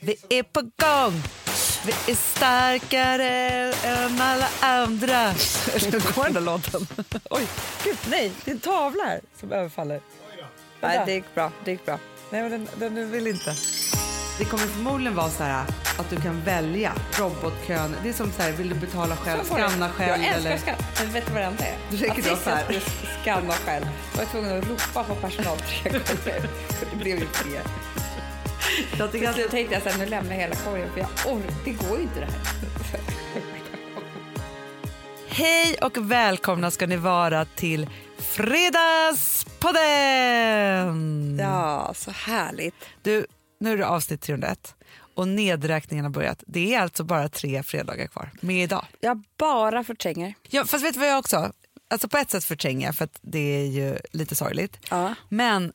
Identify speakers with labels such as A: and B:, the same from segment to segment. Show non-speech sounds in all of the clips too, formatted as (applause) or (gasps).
A: Vi är på gång! Vi är starkare än alla andra. Hur går den där låten? Oj, gud, nej, det är en tavla här som överfaller. Nej, det gick bra. Det gick bra. Nej, men den, den vill inte.
B: Det kommer förmodligen vara så här att du kan välja robotkön. Det är som så här, vill du betala själv,
C: Så får du.
B: skanna själv
C: Jag
B: eller?
C: älskar skann. Men vet du vad det enda är?
B: Du tänker
C: Att
B: dra
C: sist
B: så här.
C: jag skulle skanna själv var jag tvungen att ropa på personal tre gånger. För det blev ju fler.
B: Jag tycker
C: Till
B: att det
C: slut tänkte jag så här, nu lämnar jag hela korgen för jag orkar, det går ju inte det här.
A: Hej och välkomna ska ni vara till Fredagspodden!
C: Mm. Ja, så härligt.
A: Du, nu är det avsnitt 301 och nedräkningen har börjat. Det är alltså bara tre fredagar kvar med idag.
C: Jag bara förtränger.
A: Ja, fast vet du vad jag också... Alltså på ett sätt förtränger jag för att det är ju lite sorgligt.
C: Ja.
A: Men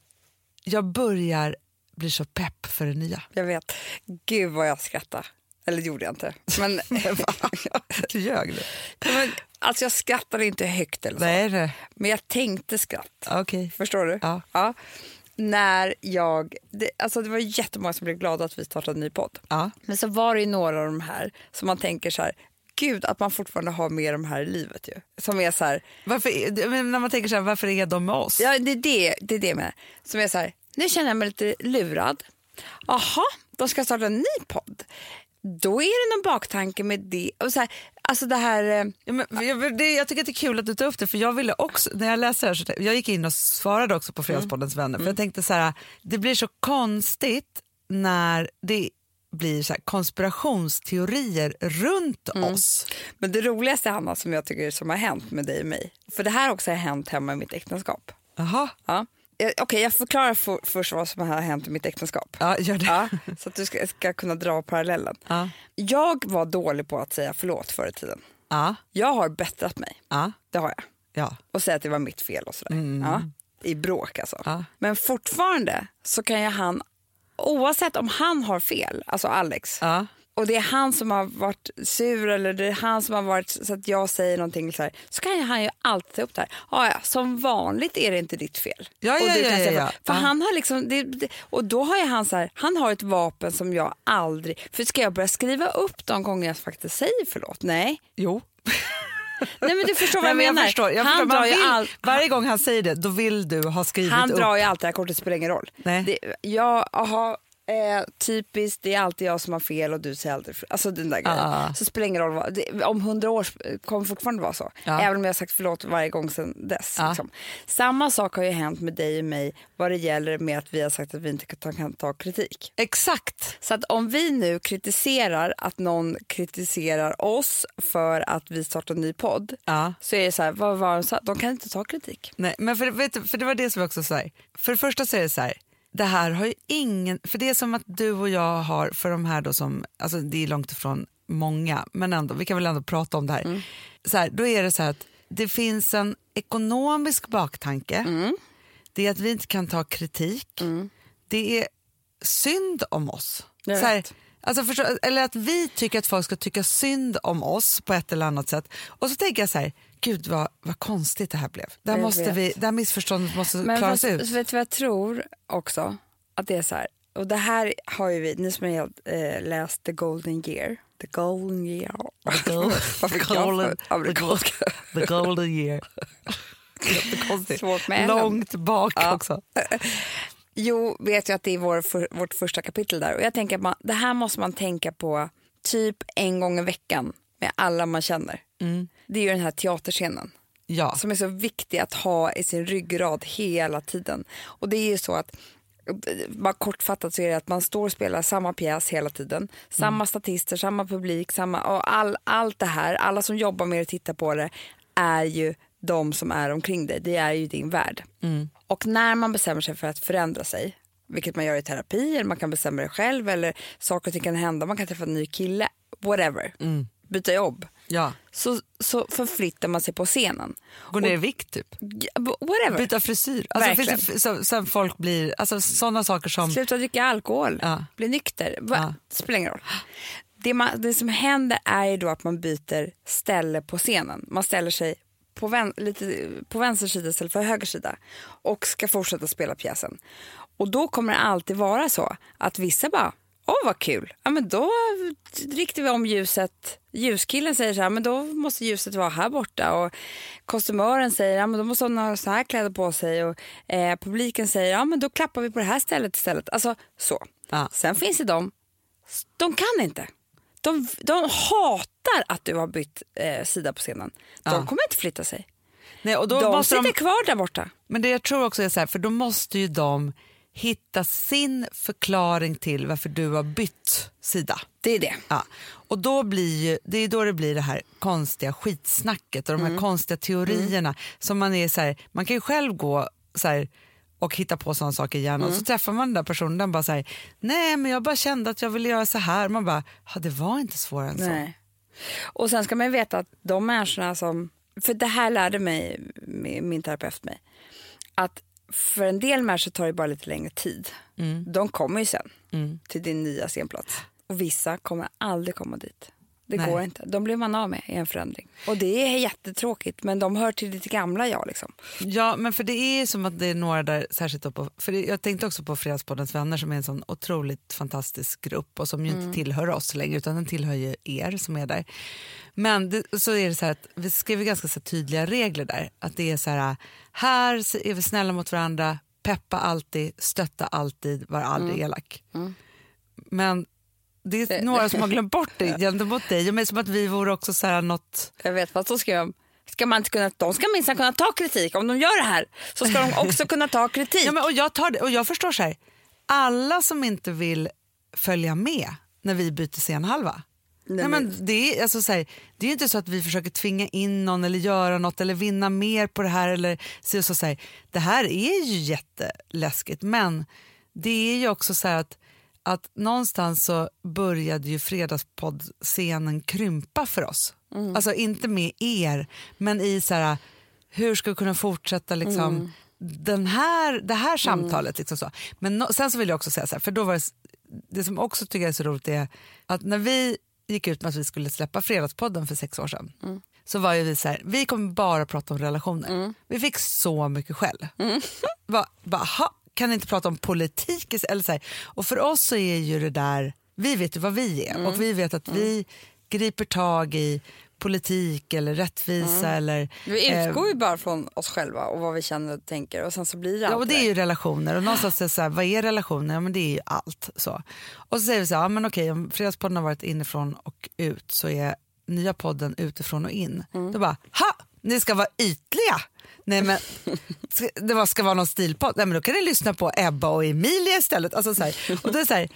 A: jag börjar bli så pepp för det nya.
C: Jag vet. Gud vad jag skrattade. Eller det gjorde jag inte. (laughs) Men,
A: Du ljög nu.
C: men, alltså jag skrattade inte högt eller så.
A: Nej, nej.
C: Men jag tänkte skratt.
A: Okej.
C: Förstår du?
A: Ja.
C: När jag... Det, alltså det var jättemånga som blev glada att vi startade en ny podd.
A: Ja.
C: Men så var det ju några av de här som man tänker så här, gud att man fortfarande har med de här i livet ju. Som är så här,
A: Varför, är- men när man tänker så här, varför är de med oss?
C: ja det är det, det, är det med. Som är så här, nu känner jag mig lite lurad. Aha, de ska starta en ny podd. Då är det någon baktanke med det. Och så här, alltså det här, eh,
A: Ja, men, jag, det, jag tycker att det är kul att du tar upp det, för jag ville också, när jag läste det här, så, jag gick in och svarade också
C: Mm.
A: på Fredagspoddens vänner, för jag tänkte så här, det blir så konstigt när det blir så här, konspirationsteorier runt
C: Mm.
A: oss.
C: men det roligaste Hanna som jag tycker som har hänt med dig och mig, för det här också har hänt hemma i mitt äktenskap.
A: Jaha,
C: Ja. Eh, Okej, jag förklarar för, först vad som har hänt i mitt äktenskap.
A: ja, gör det.
C: Ja, så att du ska, ska kunna dra parallellen.
A: Ja.
C: Jag var dålig på att säga förlåt förr i tiden.
A: Ja,
C: Jag har bättrat mig,
A: ja,
C: det har jag.
A: ja.
C: Och säga att det var mitt fel och sådär. Ja, I bråk alltså.
A: Mm. Ja.
C: Men fortfarande så kan ju han, oavsett om han har fel, alltså Alex,
A: ja.
C: och det är han som har varit sur eller det är han som har varit så att jag säger någonting så här, så kan ju han ju alltid ta upp det här. Ja, ja, som vanligt är det inte ditt fel.
A: Ja,
C: och
A: ja,
C: du
A: ja,
C: kan
A: ja,
C: säga,
A: ja.
C: För
A: Ja.
C: han har liksom, det, det, och då har ju han så här, han har ett vapen som jag aldrig, för ska jag börja skriva upp de gånger jag faktiskt säger förlåt? Nej,
A: Jo.
C: nej men du förstår vad
A: Nej,
C: jag
A: men jag
C: menar.
A: förstår. Jag
C: han
A: förstår. Man
C: drar ju
A: vill,
C: all,
A: Varje gång han säger det, då vill du ha skrivit
C: han
A: upp.
C: drar ju alltid det här kortet, spelar ingen roll.
A: Nej.
C: Det, ja, aha, eh, typiskt, det är alltid jag som har fel och du säger aldrig fel. Alltså den där grejen.
A: Ah.
C: Så spelar ingen roll, vad, det, om hundra år sp- kommer det fortfarande vara så.
A: Ja.
C: Även om jag har sagt förlåt varje gång sedan dess.
A: Ja.
C: Liksom. Samma sak har ju hänt med dig och mig vad det gäller med att vi har sagt att vi inte kan ta, kan ta kritik.
A: Exakt.
C: Så att om vi nu kritiserar att någon kritiserar oss för att vi startar en ny podd
A: Ja.
C: så är det så här, vad var det de sa? De kan inte ta kritik.
A: Nej, men för, vet du, för det var det som jag också sa. För det första så är det så här, det här har ju ingen, för det är som att du och jag har, för de här då som, alltså det är långt ifrån många, men ändå, vi kan väl ändå prata om det här. Så här då är det så här att det finns en ekonomisk baktanke, det är att vi inte kan ta kritik, det är synd om oss. Så
C: Jag
A: här,
C: vet.
A: Alltså förstå, eller att vi tycker att folk ska tycka synd om oss på ett eller annat sätt. Och så tänker jag så här, gud vad, vad konstigt det här blev. Det här,
C: Jag
A: måste
C: vet.
A: vi, det här missförståndet måste
C: Men
A: klaras
C: fast,
A: ut.
C: Vet du vad jag tror också? Att det är så här, och det här har ju vi, ni som har helt, eh, läst The Golden Year, The Golden Year. (laughs) Varför kan jag för- amerikanska?
A: the golden
C: (laughs)
A: year. (laughs) Jättekonstigt.
C: Svårt med ellen.
A: Långt bak också.
C: Jo, vet jag att det är vår, för, vårt första kapitel där och jag tänker att man, det här måste man tänka på typ en gång i veckan med alla man känner. Det är ju den här teaterscenen.
A: Ja.
C: som är så viktig att ha i sin ryggrad hela tiden. Och det är ju så att bara kortfattat så är det att man står och spelar samma pjäs hela tiden. Samma statister, samma publik, samma, och all, allt det här, alla som jobbar med det och tittar på det är ju de som är omkring dig. Det är ju din värld. Och när man bestämmer sig för att förändra sig, vilket man gör i terapi, eller man kan bestämma det själv, eller saker och ting kan hända, man kan träffa en ny kille, whatever, byta jobb,
A: ja.
C: så, så förflyttar man sig på scenen.
A: Gå ner i vikt typ.
C: Ja, b- Whatever.
A: Byta frisyr. Alltså, finns det,
C: Verkligen.
A: f- så, sen folk blir, alltså sådana saker som,
C: Sluta dricka alkohol.
A: Ja.
C: Bli nykter. Va?
A: Ja.
C: Spelar ingen roll. Det, man, det som händer är ju då att man byter ställe på scenen. Man ställer sig på, vän, lite, på vänster sida istället för höger sida och ska fortsätta spela pjäsen. Och då kommer det alltid vara så att vissa bara Åh, vad kul! Ja, men då riktar vi om ljuset. Ljuskillen säger så här, men då måste ljuset vara här borta. Och kostymören säger, ja, men då måste hon ha så här kläder på sig. Och eh, publiken säger, ja, men då klappar vi på det här stället istället. Alltså så.
A: Ja.
C: Sen finns det de, de kan inte. De, de hatar att du har bytt eh, sida på scenen. De kommer inte flytta sig.
A: Nej, och då
C: De
A: måste
C: sitter
A: de,
C: kvar där borta.
A: men det jag tror också är så här, för då måste ju de hitta sin förklaring till varför du har bytt sida.
C: Det är det.
A: Ja. Och då blir ju, det är då det blir det här konstiga skitsnacket och de här konstiga teorierna. Som man, är så här, man kan ju själv gå så här, och hitta på sådana saker i hjärnan. Så träffar man den där personen den bara så här, nej men jag bara kände att jag ville göra så här. Man bara, ja, det var inte svårare än så.
C: Nej. Och sen ska man ju veta att de människorna som... För det här lärde mig min min terapeut mig. Att för en del människor tar det bara lite längre tid. De kommer ju sen till din nya scenplats. Och vissa kommer aldrig komma dit. Det
A: Nej.
C: går inte. De blir man av med i en förändring. Och det är jättetråkigt men de hör till ditt gamla jag liksom.
A: Ja, men för det är som att det är några där, särskilt då på, för det, jag tänkte också på Fredagspoddens vänner som är en sån otroligt fantastisk grupp och som ju inte tillhör oss längre utan den tillhör ju er som är där. Men det, så är det så här att vi skriver ganska så här tydliga regler där, att det är så här, här s- är vi snälla mot varandra, peppa alltid, stötta alltid, var aldrig elak. Men det är några som har glömt bort det gentemot dig och mig, som att vi vore också så här något
C: Jag vet vad så ska jag... Ska man inte kunna, de ska minsann kunna ta kritik. Om de gör det här så ska de också kunna ta kritik.
A: Ja, men, och, jag tar det, och jag förstår så här, alla som inte vill följa med när vi byter scenhalva. Nej, men det, är, alltså, så här, det är ju inte så att vi försöker tvinga in någon eller göra något eller vinna mer på det här. Eller, så, så, så här. Det här är ju jätteläskigt men det är ju också så här att, att någonstans så började ju fredagspoddscenen krympa för oss. Alltså inte med er men i så här hur ska vi kunna fortsätta liksom, den här, det här samtalet? Liksom så. Men no, sen så vill jag också säga så här, för då var det, s- det som också tycker jag är så roligt är att när vi gick ut med att vi skulle släppa Fredagspodden för sex år sedan så var ju vi så här, vi kommer bara prata om relationer. Vi fick så mycket skäll. Bara, bara, "Ha, kan ni inte prata om politik? Eller så här. Och för oss så är ju det där, vi vet ju vad vi är och vi vet att vi griper tag i politik eller rättvisa eller
C: Vi
A: eh,
C: utgår ju bara från oss själva och vad vi känner och tänker och sen så blir det
A: Ja,
C: allt
A: och det är ju relationer. Och någonstans är det så här, vad är relationer? Ja, men det är ju allt. Så. Och så säger vi så här, ja, men okej, om Fredagspodden har varit inifrån och ut så är nya podden utifrån och in. Då bara, ha! Ni ska vara ytliga! Nej men, ska- det var- ska vara någon stilpodd. Nej men då kan ni lyssna på Ebba och Emilia istället. Alltså så här. Och det är så här,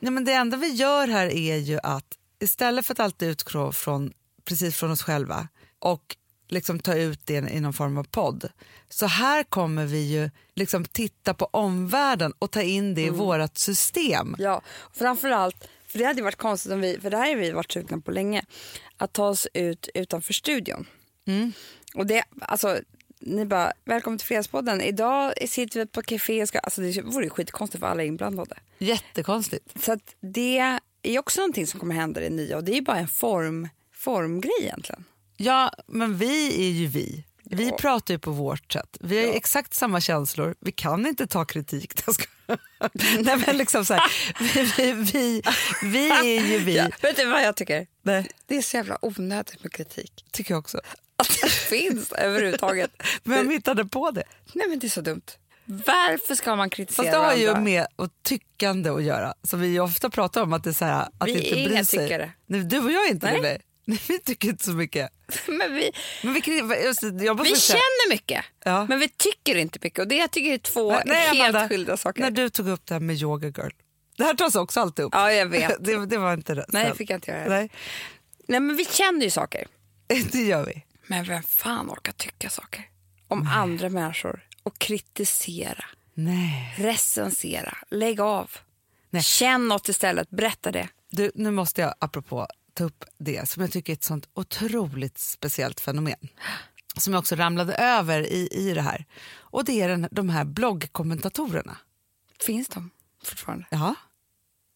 A: nej men det enda vi gör här är ju att istället för att alltid utgå från, precis från oss själva och liksom ta ut det i någon form av podd. Så här kommer vi ju liksom titta på omvärlden och ta in det
C: Mm.
A: i vårat system.
C: Ja, och framförallt, för det hade ju varit konstigt om vi, för det här har vi varit sugna på länge, att ta oss ut utanför studion. Mm. Och det, alltså, ni bara, välkommen till Fredagspodden, idag sitter vi på café, och ska, alltså det vore ju skitkonstigt för alla inblandade.
A: Jättekonstigt.
C: Så att det är också någonting som kommer hända i det nya och det är ju bara en form, formgrej egentligen.
A: Ja, men vi är ju vi. Vi
C: Ja.
A: pratar ju på vårt sätt. Vi har ju exakt samma känslor. Vi kan inte ta kritik. (laughs) Jag
C: (laughs)
A: skojar. Nej, men liksom så här, vi, vi, vi, vi är ju vi.
C: Ja, vet du vad jag tycker?
A: Nej,
C: Det är så jävla onödigt med kritik.
A: tycker jag också.
C: Att det finns överhuvudtaget. (laughs)
A: Vem hittade på det?
C: Nej men det är så dumt. Varför ska man kritisera
A: Fast det har ju
C: varandra?
A: med och tyckande att göra. Som vi ju ofta pratar om att det är så här, att
C: Vi
A: inte
C: är
A: bry
C: inga
A: sig.
C: tyckare.
A: Nej, du och jag är inte
C: Nej.
A: det. nej. Nej, vi (laughs) tycker inte så mycket.
C: (laughs) Men vi,
A: Men vi, kri- just det, jag måste
C: vi
A: säga-
C: känner mycket,
A: Ja.
C: men vi tycker inte mycket. Och det jag tycker är två
A: Nej,
C: helt
A: Amanda,
C: skilda saker.
A: När du tog upp det här med yoga girl. Det här tas också alltid upp.
C: Ja, jag vet.
A: (laughs) det, det var inte rätt.
C: Nej,
A: sen.
C: fick jag inte göra.
A: Nej, (laughs)
C: Nej, men vi känner ju saker.
A: det gör vi.
C: Men vem fan orkar tycka saker om andra människor och kritisera,
A: Nej.
C: recensera, lägg av.
A: Nej.
C: Känn något istället, berätta det.
A: Du, nu måste jag apropå ta upp det som jag tycker är ett sånt otroligt speciellt fenomen. Som jag också ramlade över i, i det här. Och det är den, de här bloggkommentatorerna.
C: Finns de fortfarande?
A: Ja.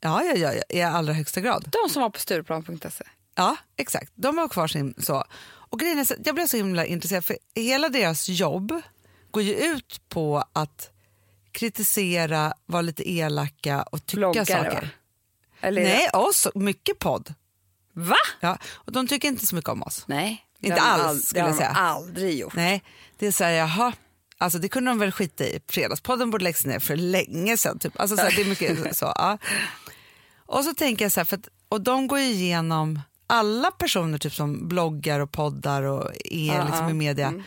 A: Ja, ja, ja, ja, i allra högsta grad.
C: De som var på Stureplan.se.
A: Ja, exakt. De har kvar sin så. Och grejen är, så- jag blev så himla intresserad för hela deras jobb går ju ut på att kritisera, vara lite elaka och tycka
C: Bloggare,
A: saker.
C: va? Eller,
A: Nej, oss, mycket podd.
C: Va?
A: Ja, och de tycker inte så mycket om oss.
C: Nej. det
A: Inte
C: har de
A: alls,
C: ald-
A: skulle
C: det har
A: jag
C: de
A: säga.
C: aldrig gjort.
A: Nej, det är så här, jaha. Alltså det kunde de väl skita i. Fredagspodden borde läggas ner för länge sedan. Typ. Alltså, så här, det är mycket så. Ja. Och så tänker jag så här, för att, och de går ju igenom alla personer typ som bloggar och poddar och är liksom i media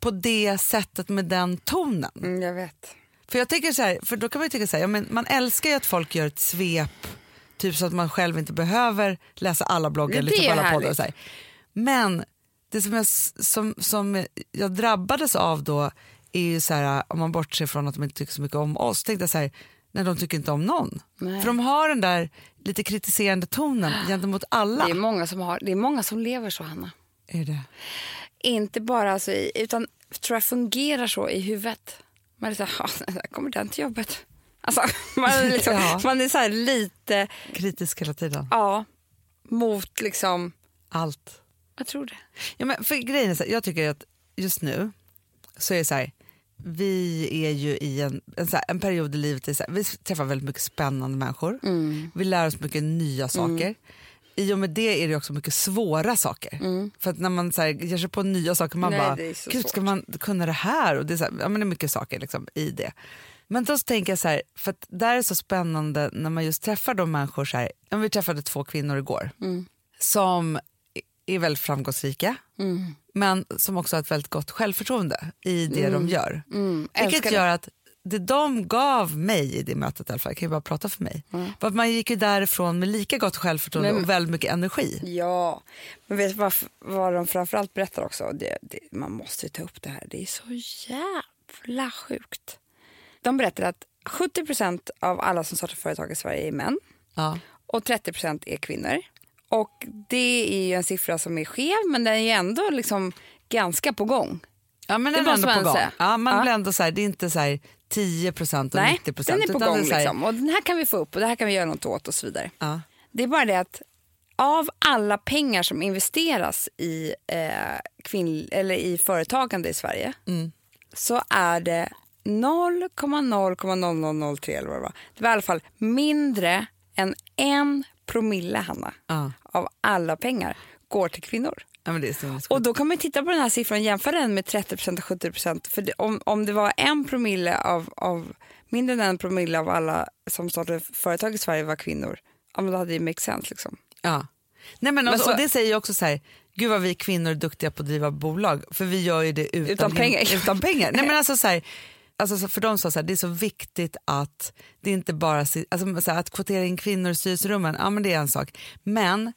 A: på det sättet med den tonen.
C: Mm, jag vet.
A: För jag tänker så här, för då kan man ju tycka så här, ja, men man älskar ju att folk gör ett svep, typ så att man själv inte behöver läsa alla bloggar,
C: Ja, det
A: lyssna på
C: är
A: alla poddar och
C: härligt.
A: så här. Men det som jag, s- som, som jag drabbades av då är ju så här, om man bortser från att de inte tycker så mycket om oss, tänkte jag så här, när de tycker inte om någon.
C: Nej.
A: För de har den där lite kritiserande tonen
C: (gasps)
A: gentemot alla.
C: Det är, många som har, det är många som lever så, Hanna.
A: Är det?
C: Inte bara alltså i, utan tror jag fungerar så i huvudet. Man är så här, "Ja, (laughs) där kommer den till jobbet. Alltså, (laughs) man är, liksom,
A: Ja.
C: man är så här lite,
A: Kritisk hela tiden,
C: ja, mot liksom,
A: allt.
C: jag tror det.
A: Ja, men för grejen är så här, jag tycker att just nu så är det så här, vi är ju i en, en, så här, en period i livet, där så här, vi träffar väldigt mycket spännande människor,
C: Mm,
A: vi lär oss mycket nya saker. I och med det är det också mycket svåra saker. För att när man så här, ger sig på nya saker, man
C: Mm. Nej,
A: bara,
C: det är så
A: gud
C: svårt."
A: ska man kunna det här? Och det är, så här, ja, men det är mycket saker liksom, i det. Men då så tänker jag så här, för att där är det så spännande när man just träffar de människor, så här, ja, vi träffade två kvinnor igår
C: Mm.
A: som är väldigt framgångsrika
C: Mm.
A: men som också har ett väldigt gott självförtroende i det de gör.
C: mm, älskar
A: Vilket
C: det.
A: gör att det de gav mig i det mötet, i alla fall, jag kan ju bara prata för mig,
C: Mm.
A: var att man gick ju därifrån med lika gott självförtroende och väldigt mycket energi.
C: Ja, men vet du vad, vad de framförallt berättar också? Det, det, man måste ju ta upp det här. Det är så jävla sjukt. De berättar att 70 av alla som startar företag i Sverige är män
A: Ja.
C: och 30 är kvinnor. Och det är ju en siffra som är skev, men den är ju ändå liksom ganska på gång.
A: Ja, men den
C: Det
A: är
C: måste
A: ändå på
C: man
A: gång.
C: säga.
A: Ja, man
C: Ja.
A: blir ändå så här, det är inte så här 10 procent och
C: Nej,
A: 90 procent.
C: den är på gång liksom. Och den här kan vi få upp och det här kan vi göra något åt och så vidare.
A: Ja.
C: Det är bara det att av alla pengar som investeras i, eh, kvinn, eller i företagande i Sverige så är det 0,0003 eller vad det var. Det var i alla fall mindre än en promille, Hanna,
A: Ja.
C: av alla pengar går till kvinnor.
A: Ja, men det är så-
C: Och då kan man titta på den här siffran och jämföra den med 30 och 70 För det, om, om det var en promille av, av, mindre än en promille av alla som startade företag i Sverige var kvinnor, ja, men då hade det ju make sense. Liksom.
A: Ja. Nej, men alltså,
C: så-
A: och det säger ju också så här, gud vad vi kvinnor är duktiga på att driva bolag, för vi gör ju det utan,
C: Utan pengar. (laughs)
A: Utan pengar. Nej, men alltså, så här, alltså, så- för de sa så här, det är så viktigt att det inte bara si- alltså, så här, att kvotera in kvinnor i styrelserummen, ja men det är en sak, men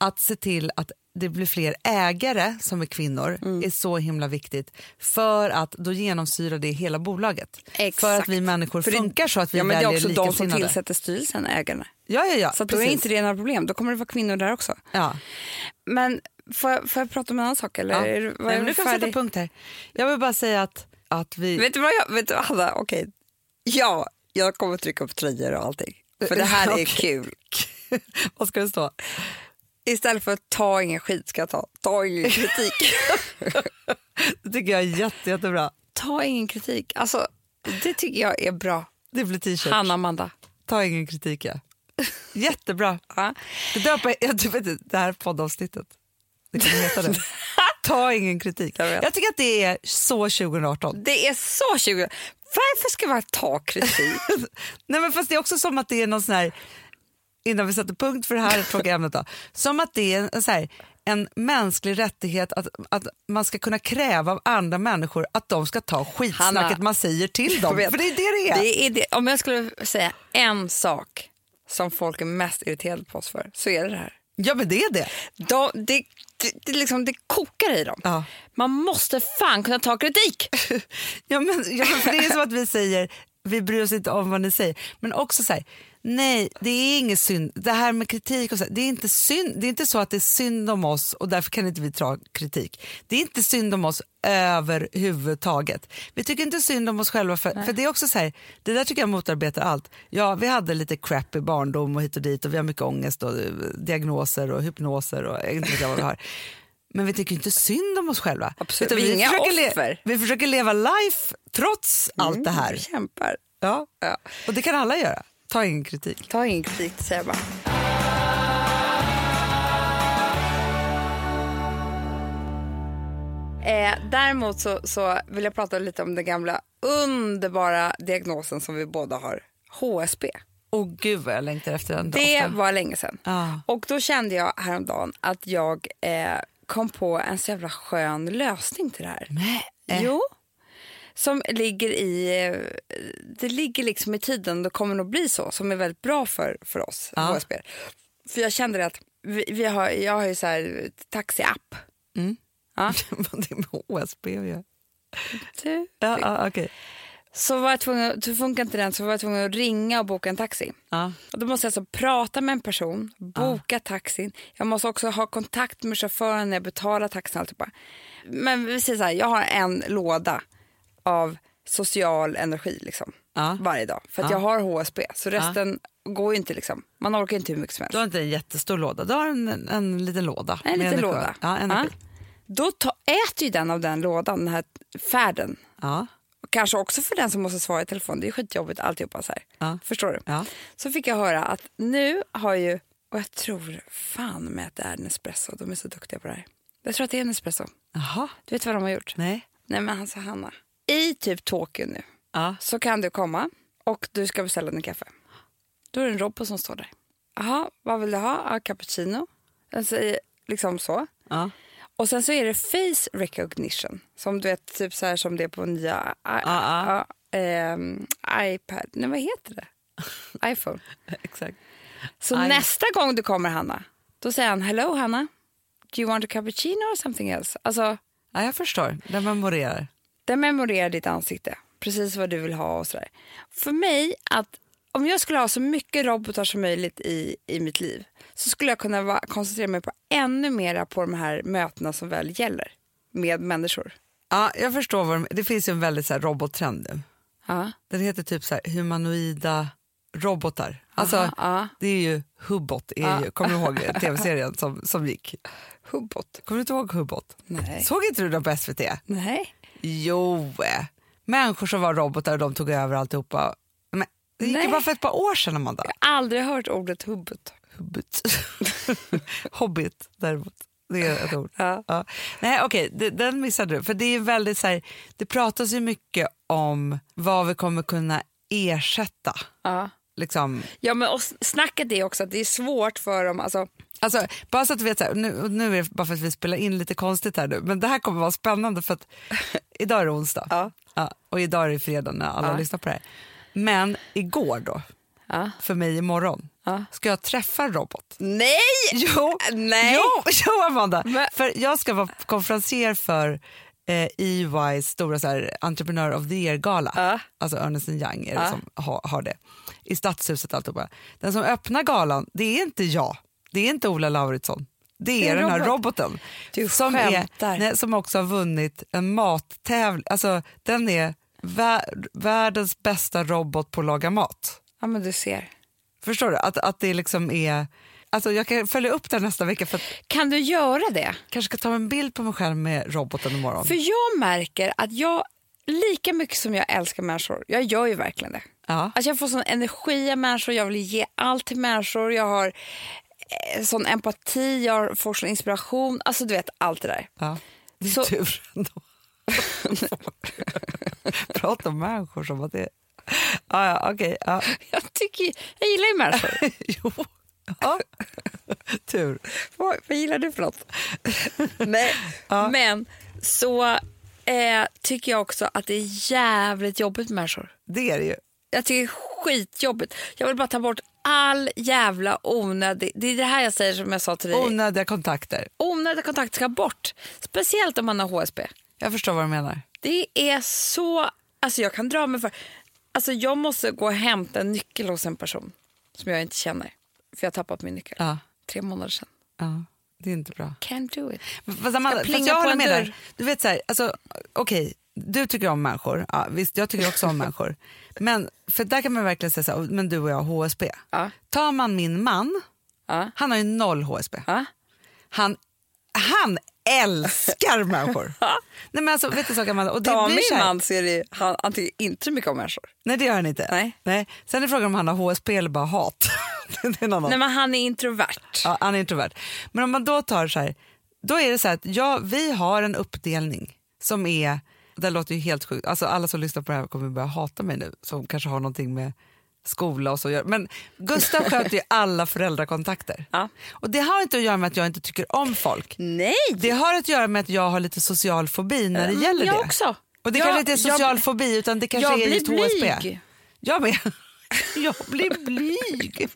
A: att se till att det blir fler ägare som är kvinnor
C: Mm.
A: är så himla viktigt för att då genomsyrar det hela bolaget. För att vi människor
C: För det-
A: funkar så att vi
C: ja, men Det är
A: väljer
C: också de som
A: likasinnade.
C: tillsätter styrelsen, ägarna.
A: ja, ja, ja,
C: Så att då är
A: precis.
C: inte det några problem. Då kommer det vara kvinnor där också.
A: ja.
C: Men får jag, får jag prata om en annan sak? Eller?
A: Ja.
C: Eh, Är du- var
A: Nej,
C: jag
A: men du kan
C: färdig?
A: sätta punkt här. Jag vill bara säga att, att vi...
C: Vet du vad jag, vet du, vad, Hanna, okej. Ja, jag kommer trycka upp tröjor och allting. För det här
A: (laughs)
C: är
A: Okej.
C: kul.
A: Vad ska det stå?
C: Istället för att ta ingen skit ska jag ta, ta (laughs) ingen kritik.
A: Det tycker jag är jätte, jättebra.
C: ta ingen kritik. Alltså, det tycker jag är bra.
A: Det blir t-shirt.
C: Hanna Amanda.
A: Ta ingen kritik. Ja. Jättebra.
C: Ja.
A: Det, döper, jag, du vet, inte, det här poddavsnittet, det kommer heta
C: (laughs)
A: det. Ta ingen kritik.
C: Jag
A: Jag,
C: vet.
A: tycker att det är så 2018.
C: Det är så 20... Varför ska man ta (laughs) kritik?
A: Nej, men fast det är också som att det är någon sån här, innan vi sätter punkt för det här tråkiga ämnet då, som att det är en, så här, en mänsklig rättighet att, att man ska kunna kräva av andra människor att de ska ta skitsnacket
C: Hanna,
A: man säger till
C: Jag
A: dem.
C: vet.
A: För det är det det är.
C: Det är det. Om jag skulle säga en sak som folk är mest irriterade på oss för så är det det här.
A: Ja men det är det.
C: De, det, det, det, liksom, det kokar i dem.
A: Ja.
C: Man måste fan kunna ta kritik.
A: Ja, men, ja, men för det är som att vi säger, vi bryr oss inte om vad ni säger. Men också så här, nej det är inget synd, det här med kritik och så, här, det, är inte synd, det är inte så att det är synd om oss och därför kan inte vi ta kritik. Det är inte synd om oss överhuvudtaget. Vi tycker inte synd om oss själva för, för det är också så här, det där tycker jag motarbetar allt. Ja vi hade lite crappy barndom och hit och dit och vi har mycket ångest och eh, diagnoser och hypnoser och jag vet inte vad vi har. Men vi tycker inte synd om oss själva.
C: Absolut.
A: Utan
C: Vi är inga
A: försöker le-
C: offer.
A: vi försöker leva life trots allt det här.
C: Kämpar.
A: Mm. Ja.
C: Ja.
A: Och det kan alla göra. Ta ingen kritik.
C: Ta ingen kritik, det säger jag bara. Eh, däremot så, så vill jag prata lite om den gamla underbara diagnosen som vi båda har, HSB.
A: Åh gud vad jag längtar efter den
C: Det
A: doften.
C: var länge sedan.
A: Ja.
C: Och då kände jag häromdagen att jag eh, kom på en så jävla skön lösning till det här.
A: Eh.
C: Jo. Som ligger i, eh, det ligger liksom i tiden, det kommer nog bli så, som är väldigt bra för, för oss
A: Ja.
C: HSB. För jag kände det att vi, vi har, jag har ju så här eh, taxiapp.
A: Mm.
C: Ja.
A: Vad (laughs) det är med HSB att göra.
C: Du,
A: Ja, ja, okej.
C: Så var jag tvungen, så funkar inte den så var jag tvungen att ringa och boka en taxi.
A: Ja.
C: Och då måste jag alltså prata med en person, boka taxin. Jag måste också ha kontakt med chauffören när jag betalar taxin. och Alltihopa. Men vi säger så här, jag har en låda av social energi liksom,
A: Ja.
C: varje dag. För att jag har HSB, så resten går ju inte. Liksom. Man orkar inte hur mycket som helst.
A: Du har inte en jättestor låda, du har en, en liten låda.
C: En
A: med
C: liten
A: energi.
C: låda.
A: Ja, energi.
C: Då ta, äter ju den av den lådan, den här färden.
A: Ja.
C: Och Kanske också för den som måste svara i telefon. Det är skitjobbigt alltihopa så här.
A: Ja.
C: Förstår du?
A: Ja.
C: Så fick jag höra att nu har ju, och jag tror fan med att det är Nespresso, de är så duktiga på det här. Jag tror att det är Nespresso.
A: Jaha,
C: Du vet vad de har gjort?
A: nej.
C: Nej men alltså Hanna, i typ Tokyo nu
A: Ja.
C: så kan du komma och du ska beställa din kaffe. Då är det en robot som står där. Jaha, vad vill du ha? Ja, cappuccino. Den säger liksom så.
A: Ja.
C: Och sen så är det face recognition. Som du vet, typ så här som det är på nya
A: ja.
C: ah, ah, ehm, iPad. Nej, vad heter det? iPhone.
A: Exakt.
C: Så
A: Aj.
C: nästa gång du kommer, Hanna, då säger han hello, Hanna. Do you want a cappuccino or something else? Alltså,
A: Ja, jag förstår, den memorerar.
C: den memorerar ditt ansikte. Precis vad du vill ha och sådär. För mig, att om jag skulle ha så mycket robotar som möjligt i, i mitt liv så skulle jag kunna va- koncentrera mig på ännu mera på de här mötena som väl gäller med människor.
A: Ja, jag förstår vad de, det finns ju en väldigt så här, robottrend nu.
C: Ja.
A: Den heter typ så här, humanoida robotar. Alltså,
C: ja.
A: det är ju Hubbot, är ju, kommer du
C: (laughs)
A: ihåg tv-serien som, som gick?
C: Hubbot?
A: Kommer du inte ihåg Hubbot?
C: Nej.
A: Såg inte du den på SVT?
C: Nej.
A: Jo, eh. människor som var robotar och de tog över alltihopa. Men, det gick
C: Nej.
A: ju bara för ett par år sedan, Amanda.
C: Aldrig hört ordet hubbot.
A: Hubbit. (laughs) Hobbit däremot. Det är ett ord.
C: Ja.
A: Nej, okej, det- den missade du. För det är väldigt så här, det pratas ju mycket om vad vi kommer kunna ersätta.
C: Ja.
A: Liksom,
C: Ja, men och snacket är också att det är svårt för dem. Alltså,
A: Alltså, bara så att du vet, så här, nu, nu är det bara för att vi spelar in lite konstigt här nu, men det här kommer vara spännande för att
C: (laughs)
A: idag är det onsdag
C: Ja.
A: och idag är det fredag när alla lyssnar på det här. Men igår då,
C: Ja.
A: för mig imorgon,
C: Ja.
A: ska jag träffa en robot.
C: Nej!
A: Jo,
C: (laughs) Nej.
A: jo, (laughs) jo Amanda,
C: Men-
A: för jag ska vara konferencier för eh, EYs stora så här, Entreprenör of the Year-gala,
C: Ja.
A: alltså Ernest Young är det som har, har det, i Stadshuset alltihopa. Den som öppnar galan, det är inte jag, det är inte Ola Lauritsson, det är,
C: är
A: den här
C: robot.
A: roboten.
C: Du
A: som,
C: skämtar.
A: är, nej, som också har vunnit en mattävling, alltså den är vär, världens bästa robot på att laga mat.
C: Ja, men du ser.
A: Förstår du? Att, att det liksom är... Alltså jag kan följa upp det nästa vecka för att
C: Kan du göra det?
A: kanske ska ta en bild på mig själv med roboten imorgon.
C: För jag märker att jag, lika mycket som jag älskar människor, jag gör ju verkligen det.
A: Ja.
C: Alltså jag får sån energi av människor, jag vill ge allt till människor, jag har eh, sån empati, jag får sån inspiration, alltså du vet allt det där. (laughs)
A: Ja. Det är
C: Så-
A: tur ändå. (laughs) Prata om människor som att det... Ja, ja, okej. Ja.
C: Jag, tycker, ju- jag gillar ju (laughs) människor.
A: Jo. Ja. Tur.
C: Vad, vad gillar du för något? (laughs) Nej. Men så eh, tycker jag också att det är jävligt jobbigt med människor.
A: Det är det ju.
C: Jag tycker det är skitjobbigt. Jag vill bara ta bort all jävla onödig... Det är det här jag säger som jag sa till dig.
A: Onödiga kontakter.
C: Onödiga kontakter ska bort. Speciellt om man har HSB.
A: Jag förstår vad du menar.
C: Det är så... Alltså jag kan dra mig för... Alltså jag måste gå och hämta en nyckel hos en person som jag inte känner. För jag har tappat min nyckel.
A: Ja.
C: Tre månader sedan.
A: Ja. Det är inte bra.
C: Can't do it.
A: Fast Amanda,
C: plinga
A: fast jag
C: på
A: håller
C: en
A: med
C: dörr.
A: dig. Du vet så här, alltså, okej, du tycker om människor. Ja, visst, jag tycker
C: (laughs)
A: också om människor. Men för där kan man verkligen säga så här, men du och jag har HSB.
C: Ja.
A: Tar man min man,
C: Ja.
A: han har ju noll HSB.
C: Ja.
A: Han, han älskar
C: (laughs)
A: människor. Nej men alltså, vet du en sak Amanda? Och det
C: Ta
A: blir så
C: min
A: här-
C: man så är det, han, han tycker inte mycket om människor.
A: Nej det gör han inte.
C: Nej.
A: Sen är frågan om han har HSP eller bara hat. (laughs) det är en annan.
C: Nej men han är introvert.
A: Ja, han är introvert. Men om man då tar så här, då är det så här att ja, vi har en uppdelning som är, det här låter ju helt sjukt, alltså alla som lyssnar på det här kommer börja hata mig nu som kanske har någonting med skola och så att göra. Men Gustav sköter
C: (laughs)
A: ju alla föräldrakontakter.
C: Ja.
A: Och det har inte att göra med att jag inte tycker om folk.
C: Nej!
A: Det har att göra med att jag har lite social fobi när det
C: Mm,
A: gäller
C: jag
A: det.
C: också.
A: Och det
C: Jag-
A: kanske inte är
C: jag-
A: social fobi utan det kanske
C: jag
A: är
C: blir
A: just HSP.
C: blyg.
A: Jag
C: (laughs)
A: med. Jag blir (laughs) blyg.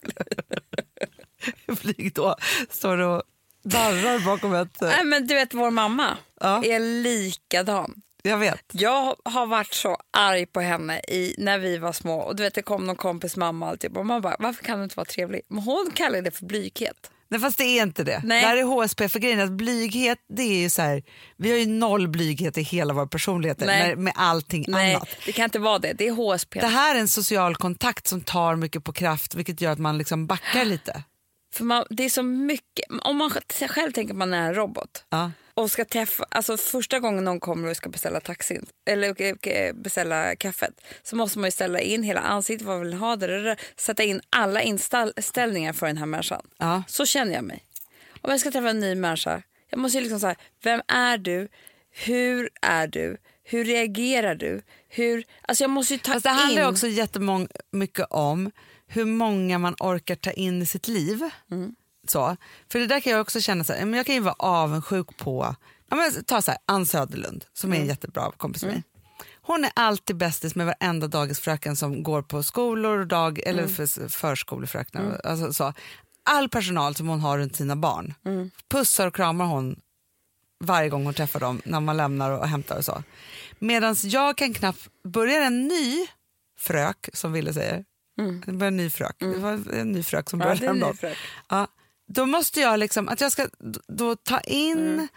A: Jag blir då. Står och darrar bakom ett... eh,
C: Nej men du vet vår mamma
A: Ja.
C: är likadan.
A: Jag vet.
C: Jag har varit så arg på henne i, när vi var små. Och du vet, Det kom någon kompis mamma och alltid. Och man bara, varför kan du inte vara trevlig? Men hon kallade det för blyghet.
A: Nej, fast det är inte det.
C: Nej.
A: Det här är HSP. För grejen är att blyghet, det är ju så här... Vi har ju noll blyghet i hela vår personligheter
C: Nej.
A: när, med allting
C: Nej,
A: annat.
C: det kan inte vara det. Det är HSP.
A: Det här är en social kontakt som tar mycket på kraft vilket gör att man liksom backar lite.
C: För man, det är så mycket. Om man sj- själv tänker att man är en robot.
A: Ja.
C: Och ska träffa, alltså första gången någon kommer och ska beställa taxin eller eh, beställa kaffet så måste man ju ställa in hela ansiktet, vad vill ha, det, sätta in alla inställningar för den här människan.
A: Ja.
C: Så känner jag mig. Om jag ska träffa en ny människa, jag måste ju liksom så här, vem är du? Hur är du? Hur reagerar du? Hur, alltså jag måste ju ta
A: Fast det handlar
C: in.
A: ju också jättemycket om hur många man orkar ta in i sitt liv. Så. För det där kan jag också känna, så här, men jag kan ju vara avundsjuk på, ja, men ta så här, Ann Söderlund som är en jättebra kompis till mig. Hon är alltid bästis med varenda dagisfröken som går på skolor, och dag, eller för, förskolefröknar. Alltså, så. All personal som hon har runt sina barn pussar och kramar hon varje gång hon träffar dem när man lämnar och hämtar och så. Medan jag kan knappt, börjar en ny frök som Ville säger, det börjar en ny frök, det var en ny frök som
C: Mm. Ja,
A: började
C: det är en ny
A: häromdagen.
C: frök.
A: Ja, då måste jag liksom, att jag ska d- då ta in
C: Mm.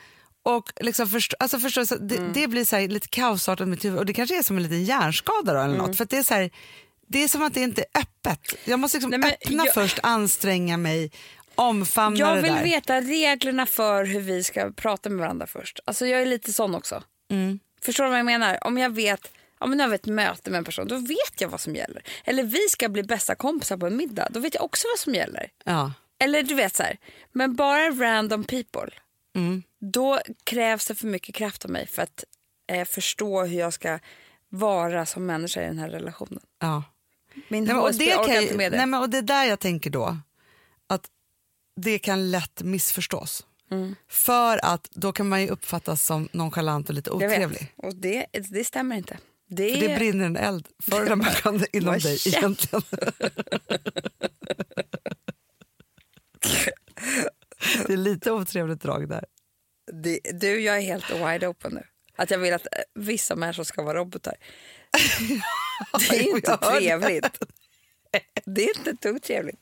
A: och liksom förstå, alltså förstå så det, det blir så här lite kaosartat i mitt huvud och det kanske är som en liten hjärnskada då, eller
C: Mm.
A: något, för att det är så här, det är som att det inte är öppet. Jag måste liksom
C: Nej, men
A: öppna
C: jag-
A: först, anstränga mig, omfamna
C: Jag
A: det
C: vill
A: där.
C: veta reglerna för hur vi ska prata med varandra först. Alltså jag är lite sån också.
A: Mm.
C: Förstår du vad jag menar? Om jag vet Ja, men när vi har ett möte med en person, då vet jag vad som gäller. Eller vi ska bli bästa kompisar på en middag, då vet jag också vad som gäller.
A: Ja.
C: Eller du vet så här, men bara random people.
A: Mm.
C: Då krävs det för mycket kraft av mig för att eh, förstå hur jag ska vara som människa i den här relationen.
A: Ja.
C: Min
A: Nej, men, och
C: HSB
A: det
C: orkar
A: kan,
C: inte
A: ju-
C: med det.
A: Nej, men, och det är där jag tänker då, att det kan lätt missförstås.
C: Mm.
A: För att då kan man ju uppfattas som nonchalant och lite
C: jag vet.
A: otrevlig.
C: Och det, det stämmer inte. Det
A: För
C: är,
A: det brinner en eld för den
C: (laughs)
A: människan inom
C: Vad
A: dig
C: käft. (laughs)
A: egentligen. det är lite otrevligt drag där.
C: Det, du, jag är helt wide open nu. Att jag vill att eh, vissa människor ska vara
A: (laughs)
C: robotar. Det är
A: Jo,
C: inte
A: jag hör det.
C: trevligt. Det är inte ett dugg trevligt.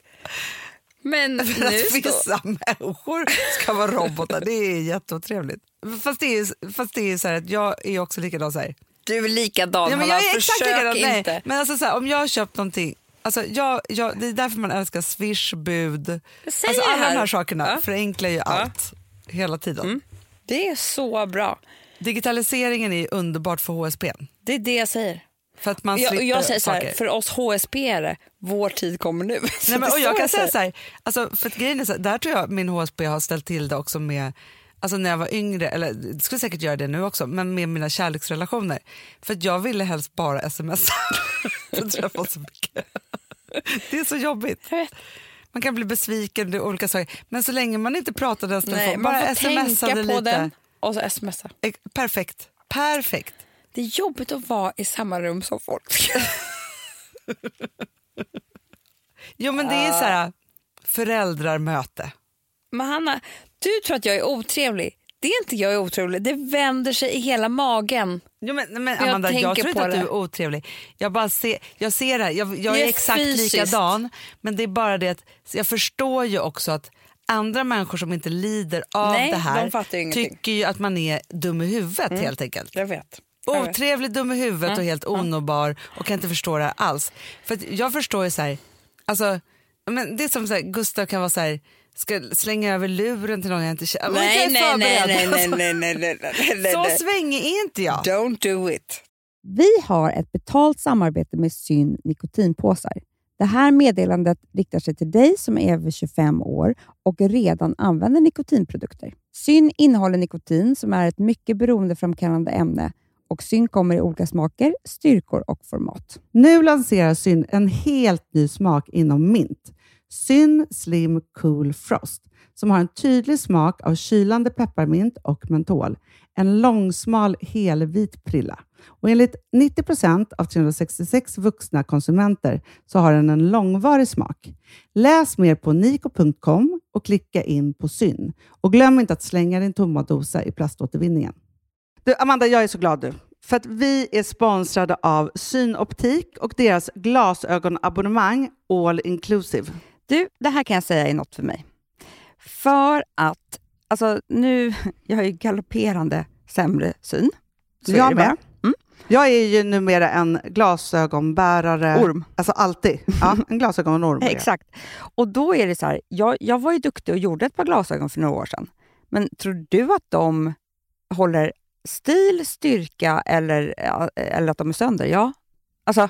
C: Men
A: (laughs)
C: nu
A: För att
C: står...
A: vissa människor ska vara robotar, det är jätteotrevligt. Fast det är, fast det är så här att jag är också likadan så här.
C: Du är likadan,
A: Ja, men
C: Hanna.
A: jag är exakt
C: Försök
A: likadan. Nej,
C: inte.
A: men alltså, så här, om jag har köpt någonting, alltså, jag, jag, det är därför man älskar swish, bud,
C: Säg
A: alltså,
C: det
A: alla de här
C: här.
A: sakerna
C: Ja. Mm.
A: förenklar ju allt hela tiden.
C: Det är så bra.
A: Digitaliseringen är ju underbart för HSB.
C: Det är det jag säger.
A: För att man
C: Jag, och
A: slipper
C: jag säger så
A: saker.
C: här, för oss HSP är det, vår tid kommer nu. (laughs) Så
A: Nej, men,
C: det
A: och
C: är
A: jag
C: så
A: kan säga så här, alltså, för att grejen är så här, där tror jag min HSB har ställt till det också med, alltså när jag var yngre, eller det skulle säkert göra det nu också, men med mina kärleksrelationer. För att jag ville helst bara smsa. (laughs) Jag träffade så mycket. Det är så jobbigt.
C: Jag vet.
A: Man kan bli besviken och olika saker. Men så länge man inte pratade ens
C: Nej,
A: telefon,
C: man
A: bara
C: får
A: smsade
C: tänka på
A: lite.
C: den och så smsa.
A: Ex- Perfekt. Perfekt.
C: Det är jobbigt att vara i samma rum som folk. (laughs)
A: Jo men det är så här,
C: Ah.
A: föräldrarmöte.
C: Men Hanna, du tror att jag är otrevlig. Det är inte jag är otrevlig, det vänder sig i hela magen.
A: Jo, men, nej, men
C: jag
A: Amanda, jag,
C: tänker
A: tror inte
C: på
A: att
C: det.
A: du är otrevlig. Jag, bara ser, jag ser det här, jag, jag
C: Det
A: är
C: är
A: exakt
C: fysiskt.
A: likadan. Men det är bara det att jag förstår ju också att andra människor som inte lider av
C: Nej,
A: det här
C: de fattar ju ingenting. Mm.
A: tycker ju att man är dum i huvudet helt enkelt.
C: Jag vet.
A: Otrevlig, dum i huvudet
C: Mm.
A: och helt onåbar och kan inte förstå det här alls. För att jag förstår ju så här, alltså, men det är som så här, Gustav kan vara så här,
D: ska slänga över luren till någon jag inte känner. Man
E: Nej,
D: kan ju
E: nej, nej,
D: förbereda.
E: nej, nej, nej, nej, nej, nej,
A: (laughs)
E: nej,
D: Så
E: nej.
D: svängig är inte jag.
E: Don't do it.
C: Vi har ett betalt samarbete med Syn nikotinpåsar. Det här meddelandet riktar sig till dig som är över 25 år och redan använder nikotinprodukter. Syn innehåller nikotin som är ett mycket beroendeframkallande ämne och Syn kommer i olika smaker, styrkor och format.
A: Nu lanserar Syn en helt ny smak inom mint. Syn Slim Cool Frost som har en tydlig smak av kylande pepparmint och mentol. En långsmal helvit prilla. Och enligt 90 av 366 vuxna konsumenter så har den en långvarig smak. Läs mer på niko.com och klicka in på Syn. Och glöm inte att slänga din tomma dosa i plaståtervinningen. Du, Amanda, jag är så glad du. För att vi är sponsrade av Synoptik och deras glasögonabonnemang All Inclusive.
C: Du, det här kan jag säga är något för mig. För att, alltså nu, (laughs) jag har ju galopperande sämre syn. Så är
A: jag
C: det Mm. bara.
A: med. Jag är ju numera en glasögonbärare.
C: Orm.
A: Alltså alltid. Ja, en glasögonorm. är jag.
C: (laughs) Exakt. Och då är det så här, jag, jag var ju duktig och gjorde ett par glasögon för några år sedan. Men tror du att de håller stil, styrka eller, ja, eller att de är sönder? Ja. Alltså,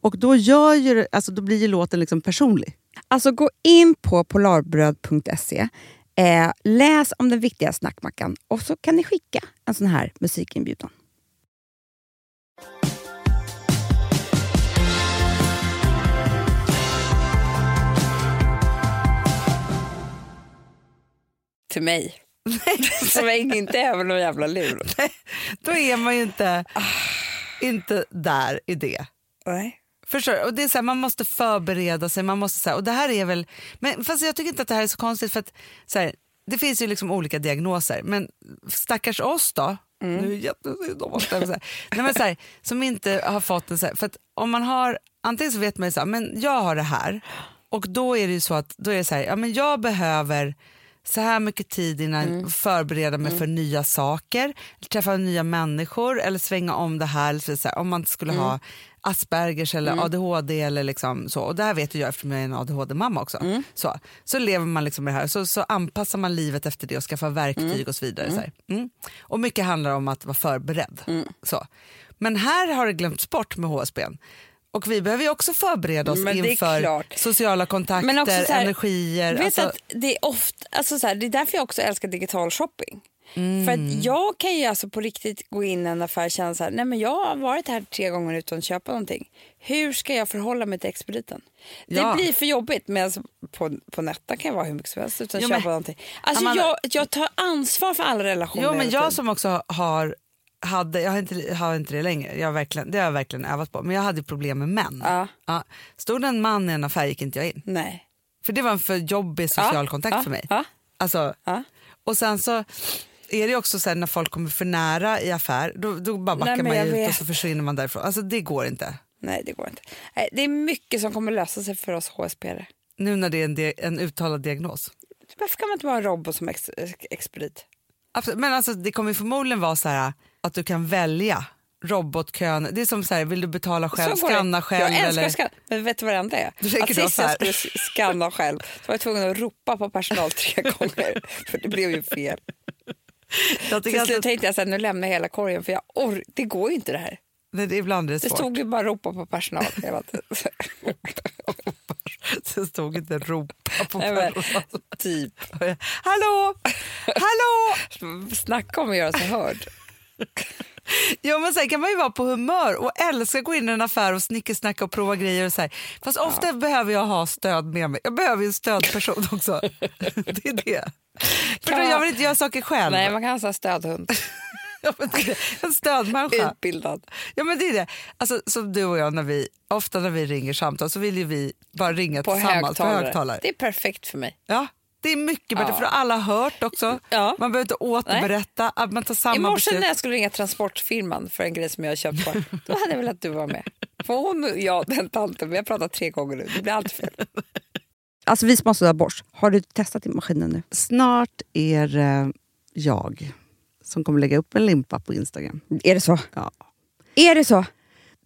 A: Och då, gör ju, det- alltså, då blir ju låten liksom personlig.
C: Alltså gå in på polarbröd.se, eh, läs om den viktiga snackmackan och så kan ni skicka en sån här musikinbjudan.
E: Till mig. (laughs) Som jag inte är väl någon jävla lur.
D: Då är man ju inte, inte där i det.
E: Nej.
A: Förstår du? Och det är så här, man måste förbereda sig. Man måste, så här, och det här är väl, men, fast jag tycker inte att det här är så konstigt. för att så här, Det finns ju liksom olika diagnoser, men stackars oss då, nu är det jättesynd om oss, där, men så här, nej, men så här, som inte har fått en... Så här, för att om man har, antingen så vet man ju så här, men jag har det här och då är det ju så att då är det så här, ja, men jag behöver så här mycket tid innan
C: Mm.
A: förbereda mig för nya saker, träffa nya människor eller svänga om det här. eller Så här om man inte skulle
C: Mm.
A: ha Aspergers eller ADHD eller liksom så. Och det här vet ju jag eftersom jag är en ADHD-mamma också.
C: Mm.
A: Så, så lever man liksom med det här, så, så anpassar man livet efter det och skaffar verktyg och så vidare. Så här. Mm. Och mycket handlar om att vara förberedd.
C: Mm.
A: Så. Men här har det glömts bort med HSB. Och vi behöver ju också förbereda oss
C: Men det är
A: inför
C: klart.
A: sociala kontakter,
C: Men också så här,
A: energier.
C: Vet
A: alltså-
C: att det, är ofta, alltså så här, det är därför jag också älskar digital shopping.
A: Mm.
C: För att jag kan ju alltså på riktigt gå in i en affär och känna så här, nej men jag har varit här tre gånger utan att köpa någonting. Hur ska jag förhålla mig till expediten?
A: Ja.
C: Det blir för jobbigt, men alltså på, på Netta kan jag vara hur mycket som helst utan att
A: Jo,
C: köpa
A: men-
C: någonting. Alltså
A: Amanda-
C: jag, jag tar ansvar för alla relationer
A: Jo, men
C: hela
A: jag
C: tiden.
A: som också har hade, jag har inte, har inte det längre, jag har verkligen, det har jag verkligen övat på, men jag hade ju problem med män.
C: Ja.
A: Stod det en man i en affär gick inte jag in,
C: Nej.
A: för det var en för jobbig social
C: Ja,
A: kontakt
C: ja,
A: för mig.
C: Ja.
A: Alltså,
C: Ja.
A: Och sen så är det ju också så här, när folk kommer för nära i affär, då, då bara backar
C: men
A: man
C: jag
A: ut och
C: vet.
A: så försvinner man därifrån. Alltså det går inte.
C: Nej, det går inte. Nej, Det är mycket som kommer lösa sig för oss HSP-are.
A: Nu när det är en, di- en uttalad diagnos.
C: Varför kan man inte vara en robot som ex- expedit?
A: Absolut. Men alltså, det kommer ju förmodligen vara så här att du kan välja robotkön. Det är som så här, vill du betala själv,
C: Så går det.
A: skanna själv?
C: Jag älskar
A: eller?
C: att skanna. Men vet du vad det enda är?
A: Du tänker
C: Att
A: då
C: sist
A: affär.
C: jag skulle s- skanna själv så var jag tvungen att ropa på
A: (laughs)
C: personal tre gånger. För det blev ju fel.
A: Jag tycker
C: Till
A: alltid-
C: slut tänkte jag så här, nu lämnar jag hela korgen för jag or- det går ju inte det här.
A: Nej, det, ibland är det
C: Det
A: svårt.
C: stod ju bara ropa på personal hela tiden.
A: (laughs) Det stod inte ropa på
C: Nej, men,
A: personal.
C: typ.
A: Hallå! Hallå!
C: Snacka om att göra sig hörd.
A: Ja, men sen kan man ju vara på humör och älska att gå in i en affär och snickesnacka och prova grejer. Och så här. Fast ofta behöver jag ha stöd med mig. Jag behöver ju en stödperson
C: (laughs)
A: också. det är det. För då
C: Kan man-
A: jag vill inte göra saker själv.
C: Nej, man kan ha så här stödhund.
A: (laughs) Ja, men det är det. En stödmänniska.
C: Utbildad.
A: Ja, men det är det. Alltså, som du och jag, när vi, ofta när vi ringer samtal så vill ju vi bara ringa
C: På
A: tillsammans
C: högtalare.
A: på högtalare.
C: Det är perfekt för mig.
A: Ja, det är mycket bättre
C: Ja.
A: för alla har hört också.
C: Ja.
A: Man behöver inte återberätta, att man tar samma
C: I morse
A: beslut.
C: när jag skulle ringa transportfirman för en grej som jag har köpt på, då hade jag velat att du var med. För hon och jag, den tanten, vi har pratat tre gånger nu. Det blir alltid fel.
F: Alltså vi som har sådär borst, har du testat i maskinen nu?
B: Snart är eh, jag som kommer lägga upp en limpa på Instagram.
F: Är det så?
B: Ja.
F: Är det så?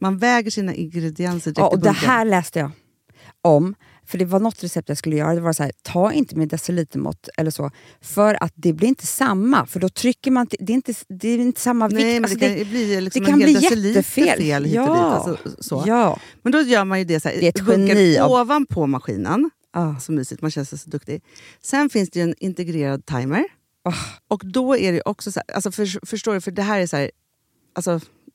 B: man väger sina ingredienser direkt
F: Ja, och
B: i
F: det
B: bunken.
F: här läste jag om. För det var något recept jag skulle göra. Det var så här, ta inte med decilitermått eller så. För att det blir inte samma. För då trycker man, till- det är inte, det är inte samma vikt.
B: Nej, men
F: Alltså,
B: det kan ju bli liksom
F: det kan
B: en hel
F: bli
B: deciliter
F: jättefel.
B: fel hit och
F: Ja.
B: dit. Alltså, så.
F: Ja.
B: Men då gör man ju det så här,
F: Det är ett
B: i bunkern
F: geni av-
B: ovanpå maskinen.
F: Ah.
B: Så mysigt, man känns så duktig. Sen finns det ju en integrerad timer.
F: Ah.
B: Och då är det ju också så här, alltså för, förstår du, för det här är så här, alltså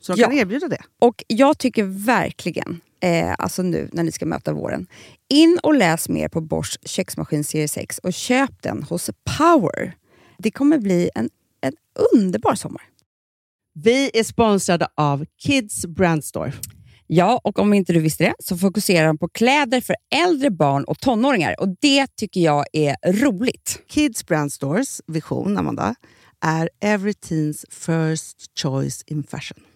B: Så de
F: Ja.
B: kan erbjuda det.
F: Och jag tycker verkligen, eh, alltså nu när ni ska möta våren, in och läs mer på Bosch köksmaskin serie 6 och köp den hos Power. Det kommer bli en, en underbar sommar.
B: Vi är sponsrade av Kids Brand Store.
F: Ja, och om inte du visste det så fokuserar de på kläder för äldre barn och tonåringar och det tycker jag är roligt.
B: Kids Brand Stores vision, Amanda,
A: är every teens first choice in fashion.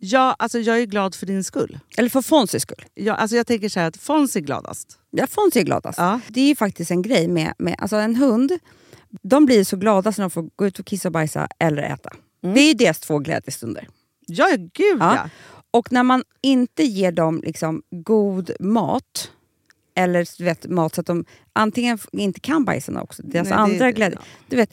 A: Ja, alltså jag är glad för din skull.
C: Eller för Fonzys skull.
A: Jag, alltså jag tänker så här att Fons är gladast.
C: Ja, Fonzie är gladast.
A: Ja.
C: alltså. Det är ju faktiskt en grej med, med alltså en hund. De blir så glada när de får gå ut och kissa och bajsa eller äta.
A: Mm.
C: Det är ju deras två glädjestunder.
A: Ja, gud ja.
C: Ja. Och när man inte ger dem liksom god mat, eller du vet, mat så att de antingen f- inte kan bajsa också, deras
A: Nej, det-
C: andra
A: det-
C: glädje,
A: ja.
C: du vet,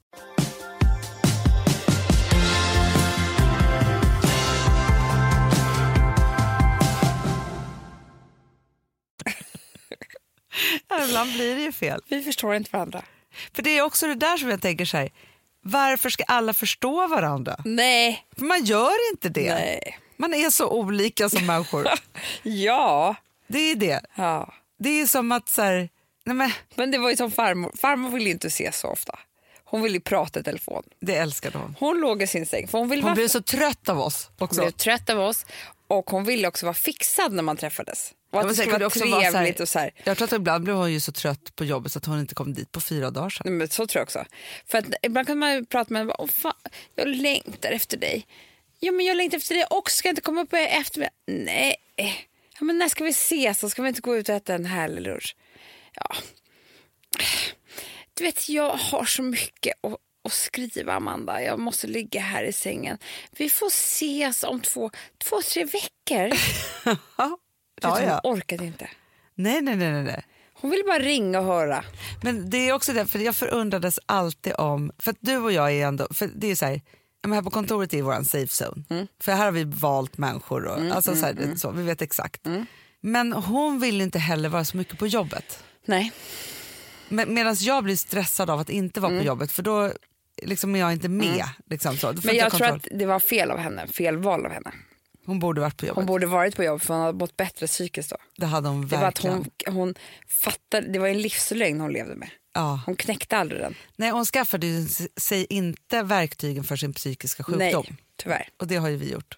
G: (laughs) Ja, ibland blir det ju fel.
H: Vi förstår inte varandra.
G: För det är också det där som jag tänker så här, varför ska alla förstå varandra?
H: Nej.
G: För man gör inte det.
H: Nej.
G: Man är så olika som människor.
H: Ja.
G: Det är det.
H: ja.
G: Det är som att så här, nej men,
H: Men det var ju som farmor. Farmor ville ju inte ses så ofta. Hon ville ju prata i telefon.
G: det älskade hon.
H: Hon låg i sin säng. För hon ville
G: Hon
H: vara
G: blev så trött av oss
H: Hon
G: också.
H: blev trött av oss och hon ville också vara fixad när man träffades. Och
G: Ja,
H: att
G: men
H: det
G: sen kan
H: skulle vara
G: det också vara
H: trevligt
G: så här-
H: och så här.
G: Jag tror att ibland blev hon ju så trött på jobbet så att hon inte kom dit på fyra dagar sedan.
H: Nej, men så tror jag också. För att ibland kan man ju prata med henne och bara, "Åh, fan, jag längtar efter dig. Ja men jag längtar efter dig också, ska jag inte komma upp i eftermiddag? Nej. Ja, men när ska vi ses då? Ska vi inte gå ut och äta en härlig lunch? Ja. Du vet jag har så mycket att, att skriva Amanda. Jag måste ligga här i sängen. Vi får ses om två, två tre veckor.
G: (laughs) Ja, ja.
H: Hon orkade inte.
G: Nej, nej, nej, nej, nej.
H: Hon ville bara ringa och höra.
G: Men det är också det, för jag förundrades alltid om, för att du och jag är ändå, för det är så här, ja, men här på kontoret är vår safe zone. För här har vi valt människor och alltså, så här, så, vi vet exakt. Men hon vill inte heller vara så mycket på jobbet.
H: Nej.
G: Men, Medan jag blir stressad av att inte vara på jobbet för då liksom, är jag inte med. Liksom, så. Då får
H: Men
G: inte
H: jag tror
G: kontroll.
H: att det var fel av henne, fel val av henne.
A: Hon borde varit på jobbet.
C: Hon borde varit på jobb för hon hade mått bättre psykiskt då.
A: Det hade hon
C: Det var att
A: verkligen.
C: hon, hon fattade, det var en livslögn hon levde med.
A: Ja.
C: Hon knäckte aldrig den.
A: Nej, hon skaffade ju sig inte verktygen för sin psykiska sjukdom.
C: Nej, Mm. tyvärr.
A: Och det har ju vi gjort.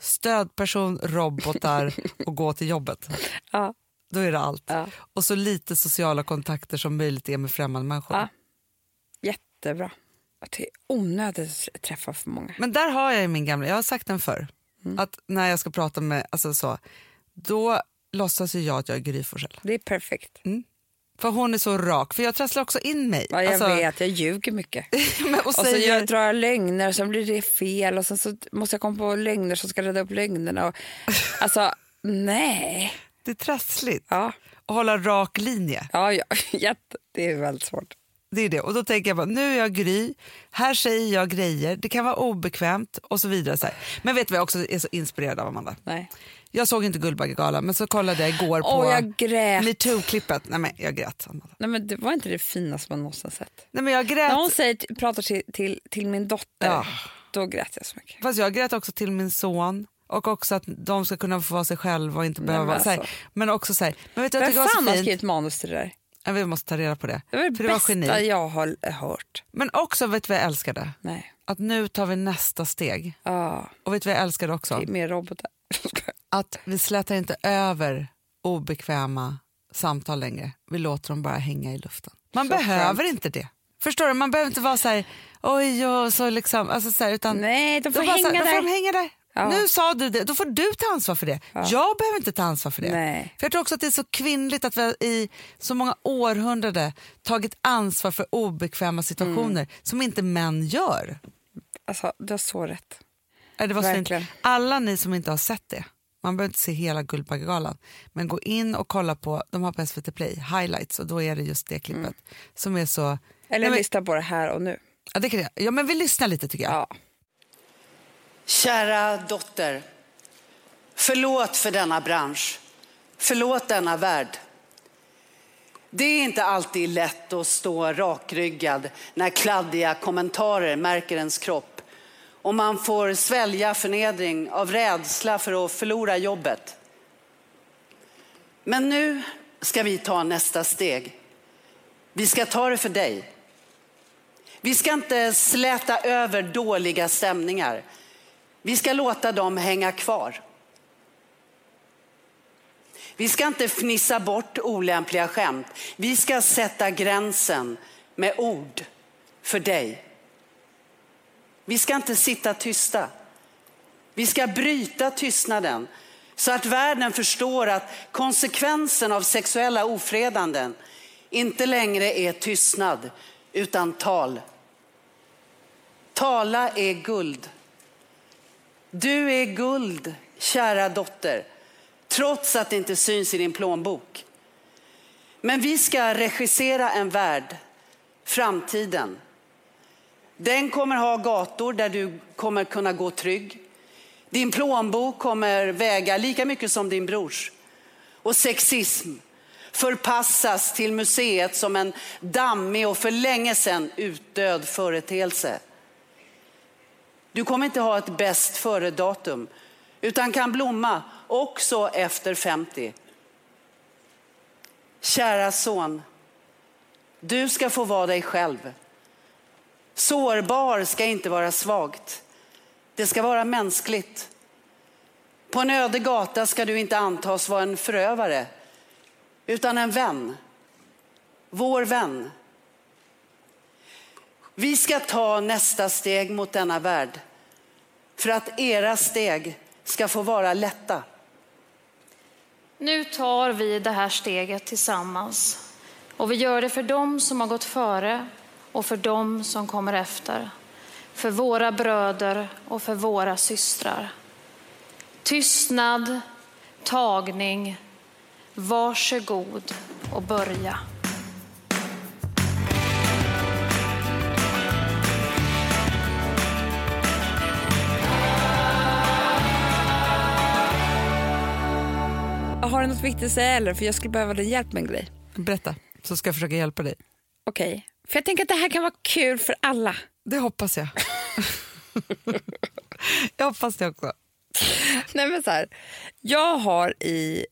A: Stödperson,
C: (laughs)
A: robotar och gå till jobbet.
C: Ja.
A: Då är det allt.
C: Ja.
A: Och så lite sociala kontakter som möjligt är med främmande människor.
C: Ja. Jättebra. Att det är onödigt att träffa för många.
A: Men där har jag ju min gamla, jag har sagt den förr,
C: Mm.
A: att när jag ska prata med, alltså så, då låtsas ju jag att jag är Gry Forssell.
C: Det är perfekt.
A: För hon är så rak, för jag trasslar också in mig.
C: Ja, jag
A: Alltså,
C: vet, jag ljuger mycket.
A: (laughs) men- och
C: Och så
A: säger,
C: jag drar jag lögner, sen blir det fel och sen så måste jag komma på lögner som ska rädda upp lögnerna. Och,
A: (laughs)
C: alltså, nej.
A: det är trassligt.
C: Ja,
A: Och hålla rak linje.
C: ja, (laughs) ja jätte, det är väldigt svårt.
A: Det är det. Och då tänker jag bara, nu är jag Gry, här säger jag grejer, det kan vara obekvämt och så vidare. Så här. Men vet du vad jag också är så inspirerad av, Amanda?
C: Nej.
A: Jag såg inte Guldbaggegalan, men så kollade jag igår på
C: Åh, jag grät.
A: metoo-klippet. Nej, men jag grät. Amanda.
C: Nej, men det var inte det finaste man någonsin sett.
A: Nej, men jag grät.
C: När hon säger, pratar till, till, till min dotter,
A: Ja.
C: då grät jag så mycket.
A: Fast jag grät också till min son och också att de ska kunna få vara sig själva och inte behöva...
C: men
A: Men, så här,
C: alltså.
A: men också så här, men vet du, jag
C: Vem
A: tycker det
C: fan
A: var så
C: har
A: fint.
C: skrivit manus till det där?
A: Ja, vi måste ta reda på det.
C: Det var det
A: För
C: bästa
A: det var geni.
C: jag har hört.
A: Men också, vet du vad jag älskade?
C: Nej.
A: Att nu tar vi nästa steg.
C: Ah,
A: Och vet du vad jag älskade också?
C: det är mer robotar. (laughs)
A: Att vi slätar inte över obekväma samtal längre. Vi låter dem bara hänga i luften. Man
C: Så
A: behöver
C: skönt.
A: inte det. Förstår du? Man behöver inte vara så här, oj, och så liksom. Alltså så här, utan
C: Nej, de får
A: Då bara så här, då
C: hänga där.
A: får de hänga där.
C: Ja.
A: Nu sa du det, då får du ta ansvar för det. Jag behöver inte ta ansvar för det.
C: Nej.
A: För Jag tror också att det är så kvinnligt att vi har i så många århundraden tagit ansvar för obekväma situationer
C: Mm.
A: som inte män gör.
C: Alltså, du har så rätt.
A: Nej, Det var så fint.
C: Verkligen.
A: Alla ni som inte har sett det, man behöver inte se hela Guldbaggegalan, men gå in och kolla på, de har på SVT Play, highlights, och då är det just det klippet som är så...
C: Mm. Eller
A: Nej, men,
C: lyssna på det här och nu.
A: ja, det kan jag, ja, men vi lyssnar lite tycker jag.
C: Ja.
I: Kära dotter. Förlåt för denna bransch. Förlåt denna värld. Det är inte alltid lätt att stå rakryggad när kladdiga kommentarer märker ens kropp och man får svälja förnedring av rädsla för att förlora jobbet. Men nu ska vi ta nästa steg. Vi ska ta det för dig. Vi ska inte släta över dåliga stämningar. Vi ska låta dem hänga kvar. Vi ska inte fnissa bort olämpliga skämt. Vi ska sätta gränsen med ord för dig. Vi ska inte sitta tysta. Vi ska bryta tystnaden så att världen förstår att konsekvensen av sexuella ofredanden inte längre är tystnad utan tal. Tala är guld. Du är guld, kära dotter, trots att det inte syns i din plånbok. Men vi ska regissera en värld, framtiden. Den kommer ha gator där du kommer kunna gå trygg. Din plånbok kommer väga lika mycket som din brors. Och sexism förpassas till museet som en dammig och för länge sedan utdöd företeelse. Du kommer inte ha ett bäst före-datum utan kan blomma också efter 50. Kära son, du ska få vara dig själv. Sårbar ska inte vara svagt. Det ska vara mänskligt. På en öde gata ska du inte antas vara en förövare utan en vän. Vår vän. Vi ska ta nästa steg mot denna värld för att era steg ska få vara lätta.
J: Nu tar vi det här steget tillsammans och vi gör det för dem som har gått före och för dem som kommer efter. För våra bröder och för våra systrar. Tystnad, tagning, varsågod och börja.
C: Har du något viktigt att säga eller? För jag skulle behöva din hjälp med en grej.
A: Berätta, så ska jag försöka hjälpa dig.
C: Okej. För jag tänker att det här kan vara kul för alla. (laughs)
A: Det hoppas jag. jag hoppas det också.
C: (laughs) Nej, men så här. Jag har i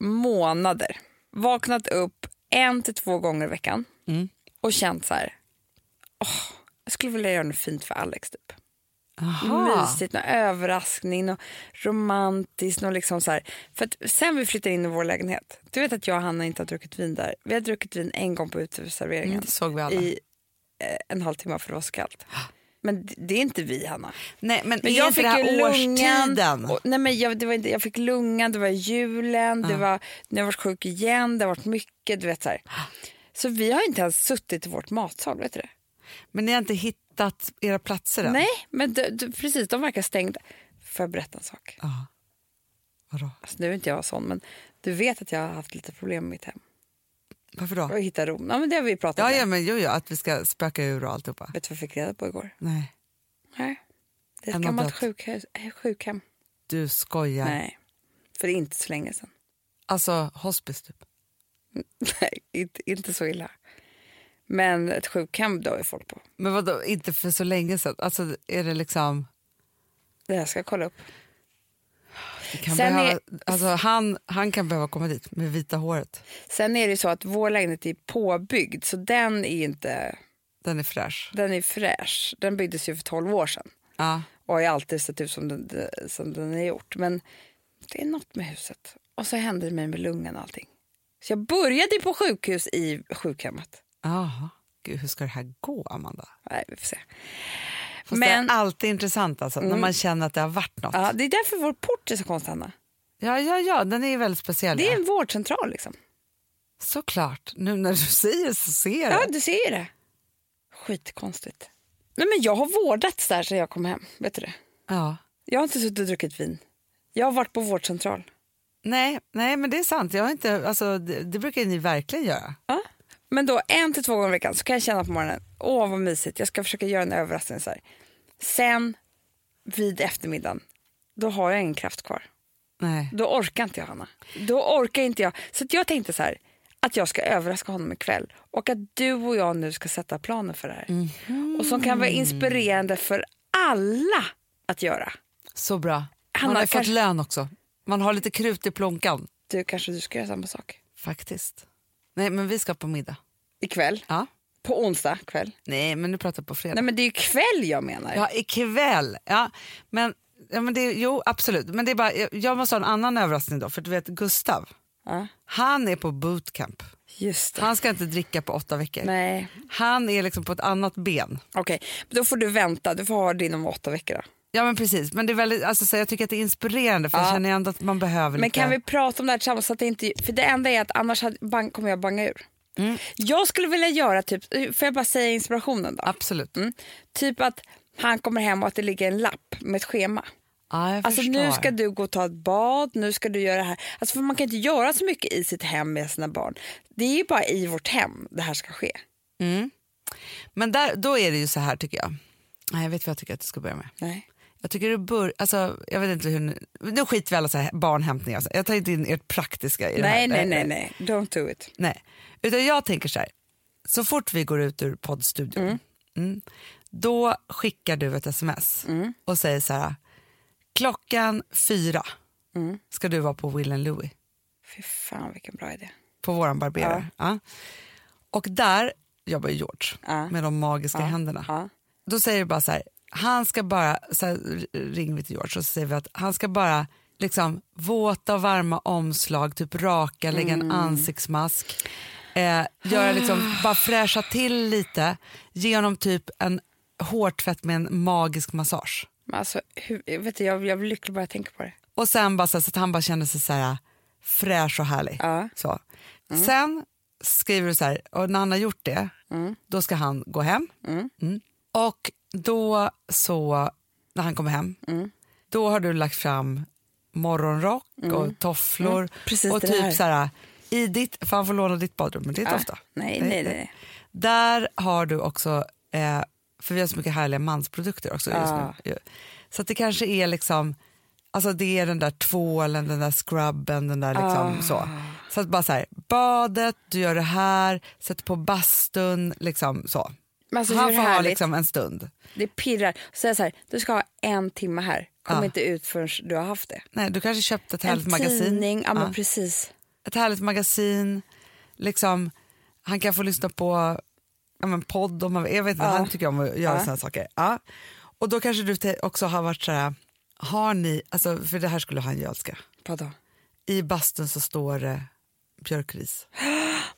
C: månader vaknat upp en till två gånger i veckan
A: Mm.
C: och känt så här. "Åh, jag skulle vilja göra något fint för Alex. Typ.
A: Ah.
C: Mysigt, någon överraskning, något romantiskt. Något liksom så här. För att sen vi flyttade in i vår lägenhet, du vet att jag och Hanna inte har druckit vin där. Vi har druckit vin en gång på uteserveringen
A: Mm, det såg vi alla.
C: i eh, en halvtimme för det var
A: (gasps)
C: så kallt. Men det- det är inte vi, Hanna.
A: Nej, men,
C: Men
A: är
C: jag
A: inte
C: fick
A: det här
C: ju lungan.
A: årstiden?
C: Och, nej men jag, det var inte, jag fick lungan, det var julen, det var, nu har jag varit sjuk igen, det har varit mycket. Du vet, så, här. så vi har inte ens suttit i vårt matsal, vet du det?
A: Men ni har inte hittat era platser än?
C: Nej, men d- d- precis, de verkar stängda. Får jag berätta en sak?
A: Ja. Vadå?
C: Alltså, nu är inte jag sån, men du vet att jag har haft lite problem med mitt hem.
A: Varför då?
C: Och hitta rom. Ja, men det har vi pratat
A: Ja,
C: om.
A: ja, men jo, ja, att vi ska spöka ur och alltihopa.
C: Vet du vad jag fick reda på igår?
A: Nej,
C: Nej. Det är
A: En
C: ett
A: har
C: gammalt
A: dött.
C: sjukhus, eh, sjukhem.
A: du skojar.
C: Nej, för det är inte så länge sedan.
A: Alltså hospice typ.
C: Nej, (laughs) inte, inte så illa. Men ett sjukhem dör ju folk på.
A: Men vadå, inte för så länge sedan? Alltså är det liksom...
C: Det här ska jag kolla upp.
A: det Kan
C: Sen
A: behöva,
C: är-
A: alltså, han, han kan behöva komma dit med vita håret.
C: Sen är det ju så att vår lägenhet är påbyggd, så den är ju inte...
A: Den är fräsch.
C: Den är fräsch. Den byggdes ju för 12 år sedan
A: Ja.
C: och har ju alltid sett ut som den, som den är gjort. Men det är något med huset. Och så hände det mig med lungan och allting. Så jag började ju på sjukhus i sjukhemmet.
A: Aha. Gud, hur ska det här gå, Amanda?
C: Nej, vi får se.
A: Fast
C: Men- Mm.
A: det är alltid intressant alltså, när man känner att det har varit något.
C: Ja, det är därför vår port är så konstig, Hanna.
A: Ja, ja, ja, den är ju väldigt speciell.
C: Det är
A: ja.
C: en vårdcentral liksom.
A: Såklart. Nu när du (laughs) säger så ser
C: Ja,
A: jag.
C: du ser ju det. Skitkonstigt. Nej, men jag har vårdats där sedan jag kom hem. Vet du det?
A: Ja.
C: Jag har inte suttit och druckit vin. Jag har varit på vårdcentral.
A: Nej, nej, men det är sant. Jag har inte, alltså, det, det brukar ni verkligen göra.
C: Ja. Men då en till två gånger i veckan så kan jag känna på morgonen, åh vad mysigt, jag ska försöka göra en överraskning så här. Sen vid eftermiddagen, då har jag ingen kraft kvar.
A: Nej.
C: Då orkar inte jag Hanna. Då orkar inte jag. Så att jag tänkte så här, att jag ska överraska honom ikväll och att du och jag nu ska sätta planen för det här. Och som kan vara inspirerande för alla att göra.
A: Så bra.
C: Hanna,
A: man har ju
C: kanske-
A: fått lön också. Man har lite krut i plånkan.
C: Du kanske du ska göra samma sak
A: Faktiskt. Nej, men vi ska på middag.
C: ikväll,
A: Ja.
C: på onsdag kväll.
A: Nej, men nu pratar jag på fredag.
C: Nej men det är ju kväll jag menar.
A: Ja, ikväll. Ja, men, ja, men det, jo, absolut. Men det är bara, jag- jag måste ha en annan överraskning då. För du vet, Gustav,
C: Ja.
A: han är på bootcamp.
C: Just det.
A: Han ska inte dricka på åtta veckor.
C: Nej.
A: Han är liksom på ett annat ben.
C: Okej, men då får du vänta. Du får ha det inom åtta veckor. Då.
A: Ja men precis, men det är väldigt, alltså, så jag tycker att det är inspirerande för
C: Ja.
A: jag känner ändå att man behöver
C: Men
A: lite.
C: kan vi prata om det här tillsammans? Så att det inte, för det enda är att annars hade, bang, kommer jag banga ur. Jag skulle vilja göra, typ, får jag bara säga inspirationen då?
A: Absolut.
C: Mm. Typ att han kommer hem och att det ligger en lapp med ett schema.
A: Ja, jag
C: Alltså
A: förstår.
C: nu ska du gå och ta ett bad, nu ska du göra det här. Alltså för man kan inte göra så mycket i sitt hem med sina barn. Det är ju bara i vårt hem det här ska ske.
A: Mm. Men där, då är det ju så här tycker jag. Nej, jag vet vad jag tycker att du ska börja med.
C: Nej.
A: Jag tycker du bör, alltså, jag vet inte hur, nu, nu skiter vi i alla så här barnhämtningar. Alltså. Jag tar inte in ert praktiska i det
C: Nej,
A: här. Eh,
C: nej, nej, nej. Don't do it.
A: Nej, utan jag tänker så här. Så fort vi går ut ur poddstudion, mm, då skickar du ett sms
C: Mm.
A: och säger så här. Klockan fyra
C: Mm.
A: ska du vara på Will and Louie,
C: Fy fan vilken bra idé.
A: på våran barberare. Ja. Och där jobbar ju George
C: Ja.
A: med de magiska händerna.
C: Ja.
A: Då säger du bara så här, han ska bara, så här, ringer vi till George och så säger vi att han ska bara liksom våta och varma omslag, typ raka, lägga en
C: Mm.
A: ansiktsmask, eh, göra
C: (sighs)
A: liksom, bara fräscha till lite, ge honom typ en hårtvätt med en magisk massage.
C: Men alltså, hur, vet du, jag, jag blir lycklig bara jag tänker på det.
A: Och sen bara så, här, så att han bara känner sig så här fräsch och härlig.
C: Ja. Mm.
A: Så. Sen skriver du så här, och när han har gjort det,
C: Mm.
A: då ska han gå hem. Mm. Och då så, när han kommer hem,
C: Mm.
A: då har du lagt fram morgonrock och tofflor
C: Mm. Precis
A: och
C: det
A: typ
C: här.
A: så här, i ditt, för han får låna ditt badrum, men det är inte
C: Ja.
A: ofta.
C: Nej, nej, nej. nej.
A: Där har du också, eh, för vi har så mycket härliga mansprodukter också just
C: Ja.
A: nu. ju. Så att det kanske är liksom, alltså det är den där tvålen, den där scrubben, den där
C: Ah.
A: liksom så. Så att bara så här, badet, du gör det här, sätter på bastun, liksom så.
C: Men alltså,
A: Han
C: hur
A: får ha
C: härligt?
A: liksom en stund.
C: Det pirrar. Säga så här, du ska ha en timme här. Kom
A: Ja.
C: inte ut förrän du har haft det.
A: Nej, du kanske köpte ett härligt
C: En
A: magasin.
C: tidning, ja, men
A: Ja.
C: precis.
A: Ett härligt magasin. Liksom, han kan få lyssna på ja, men podd. Om han, jag vet inte, Han tycker om att göra såna här saker. Ja. Och då kanske du te- också har varit så här, har ni, alltså, för det här skulle han ju älska.
C: Vadå?
A: I bastun så står det björkris.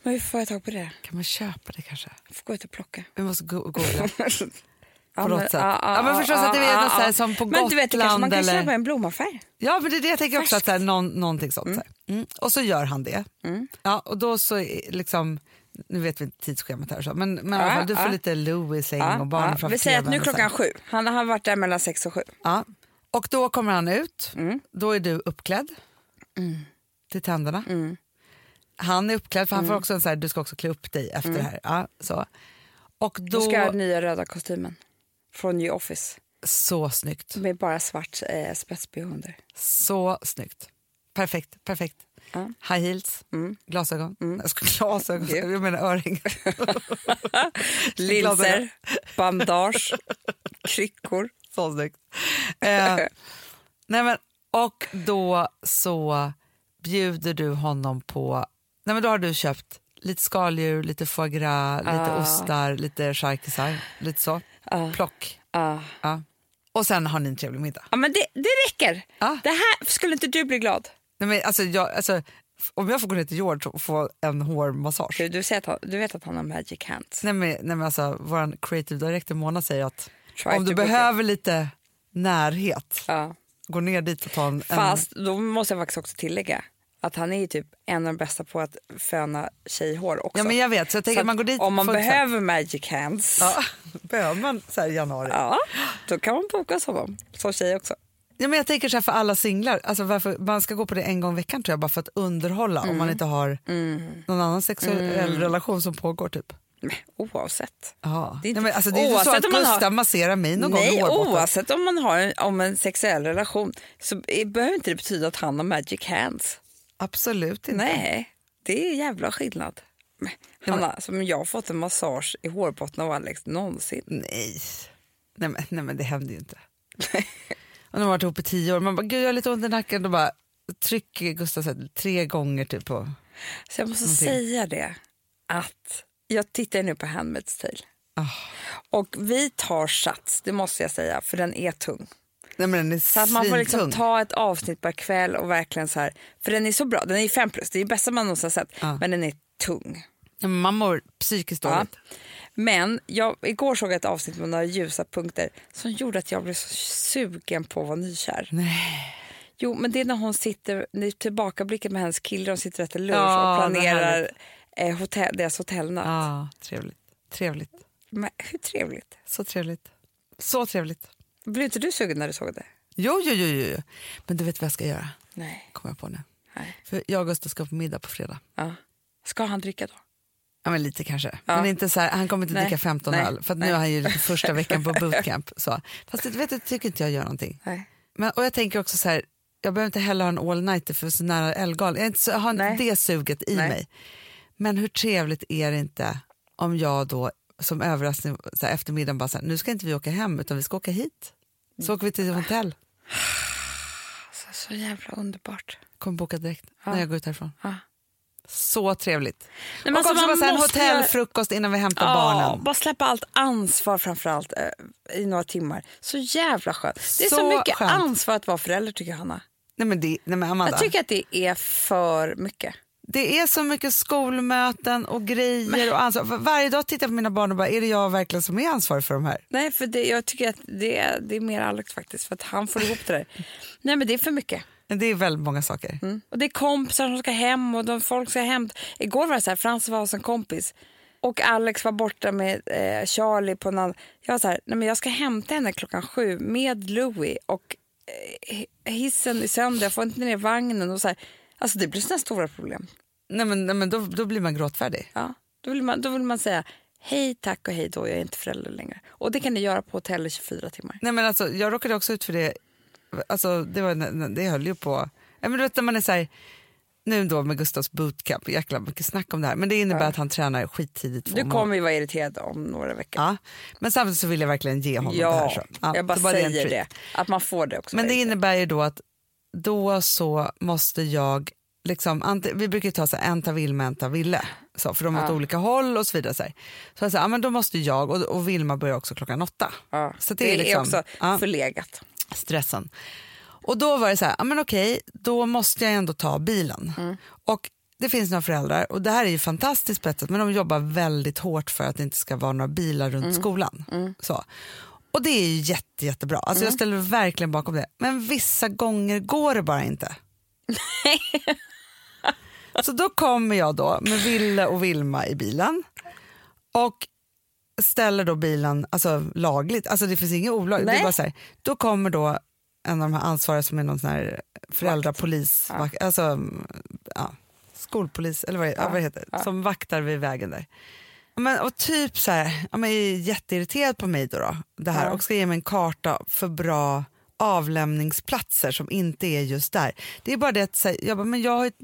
C: Men hur får jag tag på det?
A: Kan man köpa det kanske?
C: Jag får gå ut och plocka.
A: Vi måste go-
C: (laughs)
A: googla.
C: Ja,
A: På
C: men-
A: något sätt.
C: ja, ja,
A: Ja, men förstås att det är
C: ja,
A: något så här
C: ja.
A: som på
C: Men du vet, det kanske man
A: Gotland
C: kan
A: eller-
C: köpa i en blomaffär.
A: Ja, men det är det jag tänker också. Att så här, någon, någonting sånt. Så här. Mm. Och så gör han det.
C: Mm.
A: Ja, och då så är liksom, nu vet vi inte tidsschemat här och så, men, men i alla
C: Ja,
A: fall, du får
C: ja.
A: lite Louis säng
C: Ja,
A: och barnen
C: ja.
A: framför
C: Vi säger att nu
A: TV:n
C: är
A: och så
C: klockan
A: här.
C: sju. Han har varit där mellan sex och sju.
A: Ja. Och då kommer han ut.
C: Mm.
A: Då är du uppklädd. Till tänderna.
C: Mm.
A: Han är uppklädd för han får också en så här, du ska också klä upp dig efter det här. Ja, så. Och då,
C: Mm. Då ska jag ha den nya röda kostymen från New Office
A: så snyggt.
C: med bara svart eh, spetsbh under.
A: Så snyggt. Perfekt, perfekt. High heels,
C: Mm.
A: glasögon. Nej, Jag ska glasögon,
C: Okej.
A: jag menar örhängen.
C: Linser,
A: Glasögon.
C: bandage, kryckor.
A: Så snyggt. Eh, nej men, och då så bjuder du honom på... Nej men då har du köpt lite skaldjur, lite foie gras, lite ostar, lite charkisar, lite så. Plock.
C: Ah. Ah.
A: Ja. Och sen har ni en trevlig middag.
C: Ja, men det, det räcker!
A: Ah.
C: Det här, skulle inte du bli glad?
A: Nej men, alltså, jag, alltså, f- om jag får gå ner till George och få en hårmassage.
C: Du, du, säger att han, du vet att han har magic hands.
A: Nej men, nej, men alltså, vår creative director Mona säger att
C: Try
A: om
C: to
A: du
C: book Ah.
A: behöver lite närhet,
C: Ja.
A: gå ner dit och ta en... en
C: Fast då måste jag faktiskt också tillägga att han är ju typ en av de bästa på att föna tjejhår också.
A: Ja, men jag vet, så jag tänker
C: att
A: man går dit
C: om man
A: fullt
C: behöver magic hands, ja. (laughs)
A: ja, behöver man så här i januari?
C: då kan man boka hos honom som tjej också.
A: Ja, men jag tänker så här för alla singlar, alltså varför, man ska gå på det en gång i veckan tror jag bara för att underhålla om
C: Mm.
A: man inte har någon annan sexuell relation som pågår typ.
C: Men Oavsett.
A: Ja.
C: Mm.
A: Nej,
C: Det är inte-
A: men, alltså, det är inte så
C: oavsett
A: att
C: om man har-
A: Gustav masserar mig någon gång i
C: Nej,
A: hårbotten.
C: oavsett om man har en, om en sexuell relation så eh, behöver inte det betyda att han har magic hands.
A: Absolut inte.
C: Nej, det är jävla skillnad. Men Hanna, som jag har fått en massage i hårbotten av Alex någonsin.
A: Nej. Nej, men, nej, men det händer ju
C: (laughs)
A: inte. Och de har varit ihop i tio år. Man bara, gud jag har lite ont i nacken. Då bara trycker Gustav så här, tre gånger typ på...
C: Så jag måste säga det att jag tittar nu på Handmaid's Tale. Och vi tar sats, det måste jag säga, för den är tung.
A: Nej men den är
C: Så att man får liksom
A: svintung.
C: ta ett avsnitt per kväll och verkligen så här, för den är så bra, den är 5 plus, det är det bästa man någonsin har sett, men den är tung.
A: Ja, men Man mår psykiskt dåligt.
C: Men jag, igår såg jag ett avsnitt med några ljusa punkter som gjorde att jag blev så sugen på att vara nykär. Jo, men det är när hon sitter, det är tillbakablicken med hennes kille, de sitter och äter lunch
A: Ja,
C: och
A: vad
C: planerar
A: härligt.
C: eh, hotell, deras hotellnatt.
A: Ja, trevligt. Trevligt.
C: Men hur trevligt?
A: Så trevligt. Så trevligt.
C: Blev inte du sugen när du såg det?
A: Jo, jo, jo, jo. jo. Men du vet vad jag ska göra?
C: Nej.
A: Kommer jag på nu.
C: Nej.
A: För jag och Gustav ska på middag på fredag.
C: Ja. Ska han dricka då?
A: Ja, men lite kanske. Men inte så här, han kommer inte
C: Nej.
A: dricka 15
C: Nej.
A: öl. För att nu är han (laughs) ju lite första veckan på bootcamp. Så. Fast det, vet, du, det tycker inte jag gör någonting.
C: Nej.
A: Men, och jag tänker också så här, jag behöver inte heller ha en all-nighter för så nära Ellegalan. Jag, är inte så- jag har inte
C: Nej.
A: det suget i
C: Nej.
A: mig. Men hur trevligt är det inte om jag då som överraskning så här, eftermiddagen bara så här, nu ska inte vi åka hem utan vi ska åka hit. Så åker vi till hotell,
C: Alltså, så jävla underbart.
A: kommer boka direkt när jag går ut härifrån.
C: Ja.
A: Så trevligt.
C: men
A: och
C: alltså,
A: också
C: man
A: bara så här, en
C: måste-
A: hotellfrukost innan vi hämtar barnen.
C: bara släppa allt ansvar framför allt eh, i några timmar. Så jävla skönt. Det är så,
A: Så
C: mycket
A: skönt.
C: ansvar att vara förälder tycker jag, Hanna.
A: Nej men, det, nej men Amanda,
C: Jag tycker att det är för mycket.
A: det är så mycket skolmöten och grejer och ansvar. Var- Varje dag tittar jag på mina barn och bara, är det jag verkligen som är ansvarig för de här?
C: Nej, för det, jag tycker att det, är- det är mer Alex faktiskt, för att han får ihop det där. Nej, men det är för mycket.
A: Men Det är väldigt många saker.
C: Mm. Och det är kompisar som ska hem och de folk ska hem. Igår var det så här, Frans var hos en kompis och Alex var borta med eh, Charlie på en annan. Jag var så här, nej men jag ska hämta henne klockan sju med Louis och eh, hi- hissen är sönder, jag får inte ner vagnen och så här. Alltså det blir sådana stora problem.
A: Nej men, nej, men då, då blir man gråtfärdig.
C: Ja, då, vill man, då vill man säga hej tack och hej då, jag är inte förälder längre. Och det kan du göra på hotell i 24 timmar.
A: Nej, men alltså, jag råkade också ut för det, alltså, det, var, det höll ju på, ja, men du vet när man är så här, nu då med Gustavs bootcamp, jäkla mycket snack om det här, men det innebär att han tränar skittidigt. två
C: Du
A: månader.
C: kommer ju vara irriterad om några veckor.
A: Ja, men samtidigt så vill jag verkligen ge honom det här.
C: Ja,
A: Så.
C: jag bara
A: så är en
C: säger
A: treat.
C: det. Att man får det också.
A: Men det
C: Erik.
A: innebär ju då att då så måste jag, liksom, ante, vi brukar ju ta så här, en tar Vilma, en tar Ville, så, för de åt olika håll och så vidare. Så, här. så jag sa, ja, men då måste jag, och, och Vilma börjar också klockan åtta.
C: ja.
A: Så det,
C: det
A: är, liksom,
C: också
A: ja,
C: förlegat.
A: stressen. Och då var det så här, ja, men okej, då måste jag ändå ta bilen. Och det finns några föräldrar, och det här är ju fantastiskt på ett sätt, men de jobbar väldigt hårt för att det inte ska vara några bilar runt skolan. Så. Och det är ju jätte, jättebra. Alltså Jag ställer mig verkligen bakom det. Men vissa gånger går det bara inte. Så då kommer jag då med Ville och Vilma i bilen och ställer då bilen alltså, lagligt. Alltså det finns inget olagligt. Det är
C: Nej.
A: bara så här. Då kommer då en av de här ansvariga som är någon sån här föräldrapolis, vak- alltså ja, skolpolis eller vad, det- ja, vad det heter, som vaktar vid vägen där. Ja, Men, och typ så här, ja, men är jätteirriterad på mig då, då det här, och ska ge mig en karta för bra avlämningsplatser som inte är just där. Det är bara det att så här, jag, bara, men jag har ett,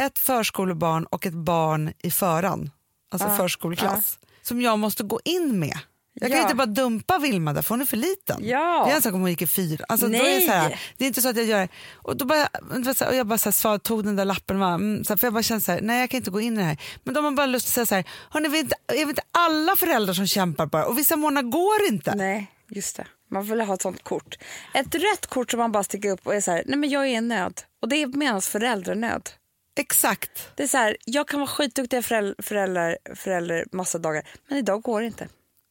A: ett förskolebarn och ett barn i föran, alltså förskoleklass, som jag måste gå in med. Jag kan
C: Ja.
A: inte bara dumpa Vilma där, för hon är för liten.
C: Ja.
A: Det är en sak om hon gick i fyra. Alltså, då är det,
C: Nej.
A: så här, det är inte så att jag gör och då bara, det var så här- och Jag bara så här, svar, tog den där lappen och bara, mm, så här, för jag bara kände så här, nej jag kan inte gå in i det här. Men de har bara lust att säga så här, hörni, vi är, inte, är vi inte alla föräldrar som kämpar bara och vissa månader går inte.
C: Nej, just det. Man vill ha ett sånt kort. Ett rött kort som man bara sticker upp och är så här, nej men jag är i nöd. Och det menas föräldranöd.
A: Exakt.
C: Det är så här, jag kan vara skitduktig föräldrar, föräldrar, föräldrar massa dagar, men idag går det inte.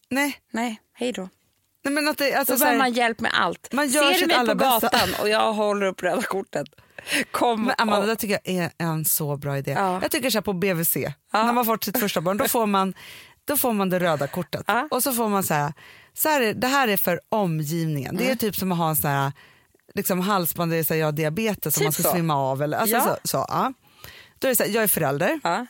A: Nej.
C: Nej, hej då.
A: nej men att det, alltså,
C: Då
A: så här,
C: behöver man hjälp med allt.
A: Man gör
C: Ser du
A: sitt
C: mig
A: allra
C: på
A: bästa.
C: gatan och jag håller upp röda kortet? Kom
A: men Amanda,
C: och-
A: det tycker jag är en så bra idé.
C: Ja.
A: Jag tycker så här på BVC, när man fått sitt första barn, då får man, då får man det röda kortet.
C: Ja.
A: Och så får man så här, så här är, det här är för omgivningen.
C: Mm.
A: Det är typ som att ha en sån här liksom halsband där det är så här, jag har diabetes som
C: Typ
A: man ska
C: så.
A: svimma av. Eller, alltså,
C: Ja.
A: så, så, ja. Då är det så här, jag är förälder
C: Ja.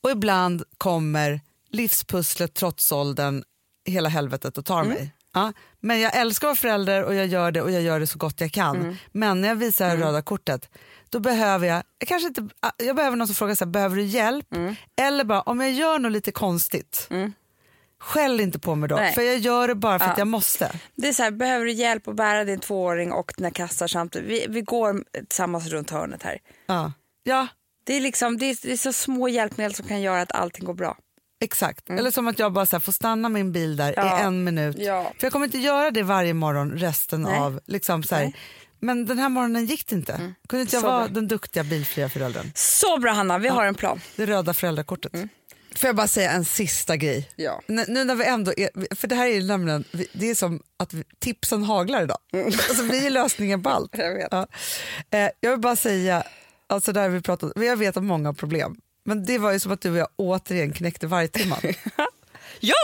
A: och ibland kommer livspusslet trots åldern hela helvetet och tar mig. Ja. Men jag älskar att vara förälder och jag gör det och jag gör det så gott jag kan. Men när jag visar det här röda kortet då behöver jag, jag kanske inte, ah, jag behöver någon som frågar så här, behöver du hjälp? Eller bara om jag gör något lite konstigt Skäll inte på mig då,
C: Nej.
A: för jag gör det bara för att jag måste.
C: Det är så här, behöver du hjälp att bära din tvååring och dina kassar samtidigt? Vi, vi går tillsammans runt hörnet här.
A: Ja, ja
C: Det är, liksom, det, är, det är så små hjälpmedel som kan göra att allting går bra.
A: exakt. Eller som att jag bara så här, får stanna min bil där
C: Mm. Ja.
A: i en minut.
C: Ja.
A: För jag kommer inte göra det varje morgon resten av... Liksom, så här, men den här morgonen gick det inte. Kunde inte jag
C: Mm. Så
A: vara
C: bra.
A: den duktiga bilfria föräldern?
C: Så bra Hanna, vi har
A: (laughs)
C: en plan.
A: Det röda föräldrakortet. Får jag bara säga en sista grej?
C: Mm. Ja.
A: N- nu när vi ändå är, för det här är ju nämligen, vi- det är som att vi- tipsen haglar idag.
C: (laughs)
A: Alltså, vi är lösningen på allt.
C: Mm. Jag vet.
A: Ja. Eh, jag vill bara säga, alltså där har vi pratat, men jag vet om många problem, men det var ju som att du och jag återigen knäckte varje timman.
C: (laughs) Ja!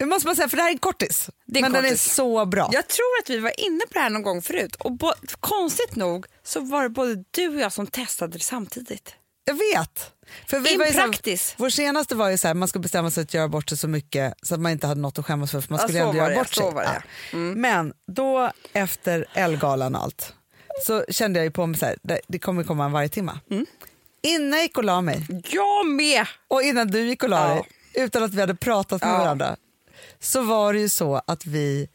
A: Jag måste bara säga, för det här är en kortis,
C: Det är
A: men
C: en
A: den är
C: kortis.
A: så bra.
C: Jag tror att vi var inne på det här någon gång förut och bo- konstigt nog så var det både du och jag som testade det samtidigt.
A: Jag vet. För vi var ju så
C: Impraktis.
A: här, vår senaste var ju så här, man skulle bestämma sig att göra bort sig så mycket så att man inte hade något att skämmas för, för man
C: Ja,
A: skulle
C: så
A: ändå
C: var
A: göra
C: det,
A: bort
C: så
A: sig.
C: var det. Mm.
A: Ja. Men då efter Ellegalan och allt så kände jag ju på mig så här, det, det kommer komma en varje timma.
C: Mm.
A: Innan jag gick och la mig
C: Jag med!
A: och innan du gick och la
C: Ja.
A: dig, utan att vi hade pratat med
C: Ja.
A: varandra, så var det ju så att vi,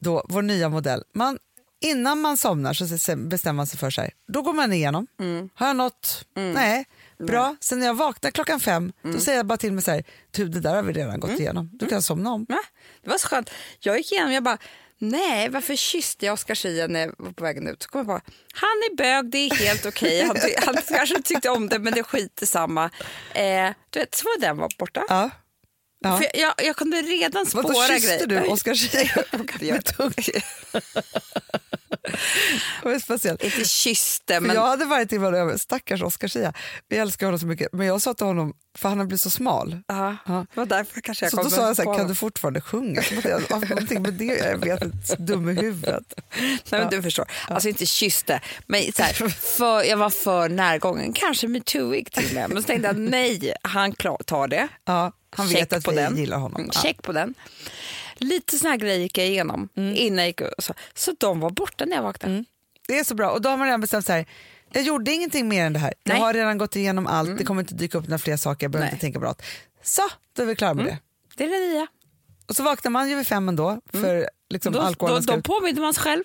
A: då, vår nya modell, man, innan man somnar så se- bestämmer man sig för sig. Då går man igenom.
C: Mm.
A: Har jag något? Nej. Bra. Sen när jag vaknar klockan fem,
C: Mm.
A: då säger jag bara till mig så här, du det där har vi redan gått igenom. Du kan somna om.
C: Va? Det var så skönt. Jag gick igenom jag bara, nej varför kysste jag Oscar Schia när jag var på vägen ut? Så kom jag bara, han är bög, det är helt okej. Han, ty-
A: (laughs)
C: han kanske inte tyckte om det men det skiter samma. Eh, du vet, så var den var borta.
A: Ja. Ja.
C: För jag, jag, jag kunde redan spåra
A: Vadå
C: grejer.
A: kysste du Oscar
C: (laughs)
A: Schia
C: göra
A: (laughs) med
C: (laughs)
A: tungan? Det var speciellt.
C: Inte kysste
A: För
C: men...
A: jag hade varit timme över, stackars Oscar Schia. Vi älskar honom så mycket. Men jag sa till honom, för han har blivit så smal.
C: Ja, det var därför kanske jag
A: Så
C: kom
A: då sa jag så
C: på
A: här, kan
C: honom.
A: du fortfarande sjunga? Så bara, Jag har haft någonting med det jag vet inte, så dum i huvudet.
C: Nej, men du förstår. Alltså inte kysste, men
A: (laughs)
C: så här, för, jag var för närgången. Kanske med tuig till och med. Men så tänkte jag nej, han klar, tar det.
A: Ja, han
C: Check
A: vet att
C: på
A: vi
C: den.
A: gillar honom.
C: Mm,
A: Ja.
C: Check på den. Lite såna här grejer gick jag
A: Mm.
C: igenom innan jag gick och så. Så de var borta när jag vaknade.
A: Det är så bra. Och då har man redan bestämt så här, Jag gjorde ingenting mer än det här. Jag
C: Nej. Mm.
A: har redan gått igenom allt. Det kommer inte dyka upp några fler saker. Jag behöver
C: Nej. Mm.
A: inte tänka på något. Så, då är vi klara med det.
C: Det är det nya.
A: Och så vaknar man ju vid fem ändå. För liksom
C: Mm. Då, då,
A: alkoholen ska
C: då
A: ut.
C: påminner man sig själv.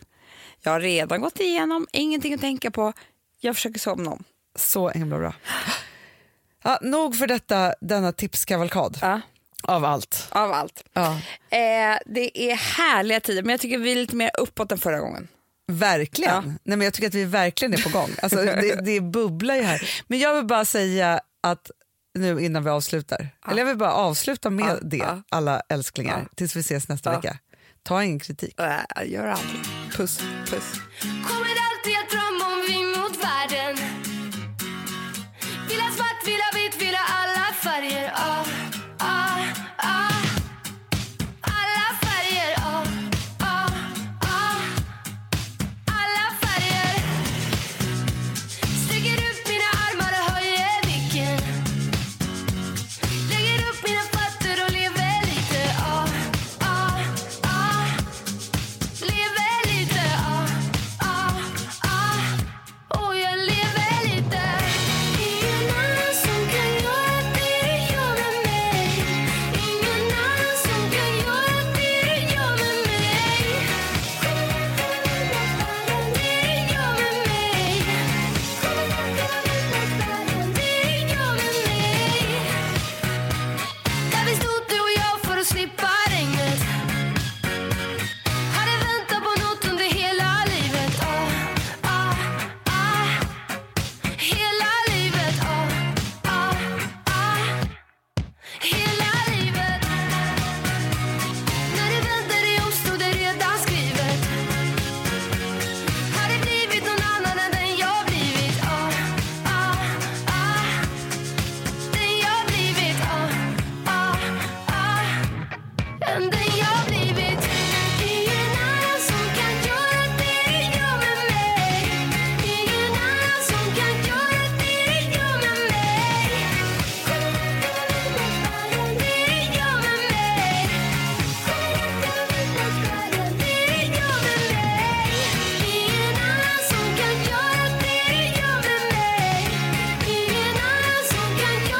C: Jag har redan gått igenom, ingenting att tänka på. Jag försöker somna om.
A: Så himla bra. Ja, nog för detta, denna tipskavalkad
C: Ja,
A: av allt.
C: av allt.
A: Ja.
C: Eh, det är härliga tider, men jag tycker vi är lite mer uppåt än förra gången.
A: Verkligen. Nej, men jag tycker att vi verkligen är på gång.
C: (laughs)
A: Alltså, det, det bubblar ju här. Men jag vill bara säga att nu innan vi avslutar, eller jag vill bara avsluta med
C: Ja,
A: det,
C: ja.
A: alla älsklingar, tills vi ses nästa
C: Ja.
A: vecka. Ta ingen kritik.
C: Eh, jag gör aldrig. Puss. Puss.
K: Kommer alltid att drömma om vi mot världen Vill ha svart, vill ha vitt, vill ha alla färger ah, ah, ah. Alla färger ah, ah, ah. Alla färger Sträcker ut mina armar och höjer blicken Lägger upp mina fötter och lever lite ah, ah, ah. Lever lite, ah, ah, ah Och jag lever lite Ingen annan som kan göra det du gör med mig Ingen annan som kan göra det du gör med mig Det du gör med mig Det du gör med mig Där vi stod du och jag för att slippa regnet hade väntat på något under hela livet Ah, ah, ah Hela livet Ah, ah, ah Hela livet När det vände dig om stod det redan skrivet Hade blivit någon annan än den jag blivit Ah, ah, ah Den jag blivit Ah, ah, ah än den jag blivit Ingen annan som kan göra det du gör med mig Ingen annan som kan göra det du gör med mig Det du gör med mig Det du gör med mig Ingen annan som kan göra det du gör med mig Ingen annan som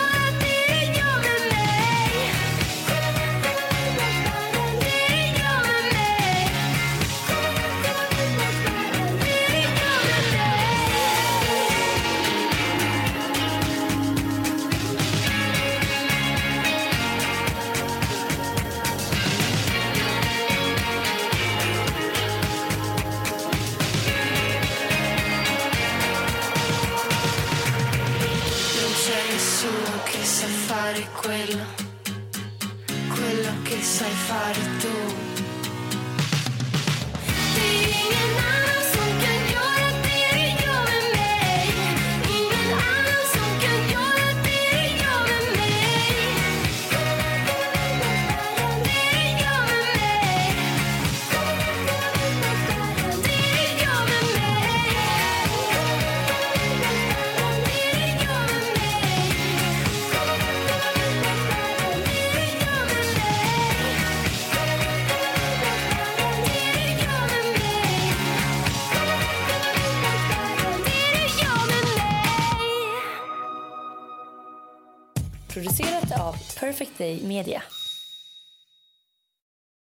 K: kan göra det du gör med mig
L: Sei solo che sai fare quello, quello che sai fare tu.
K: Det är ingen annan som kan göra det du gör med mig Ingen annan som kan göra det du gör med mig Det du gör med mig Det du gör med mig Det du gör med mig Det du gör med mig
M: Producerat av Perfect Day Media.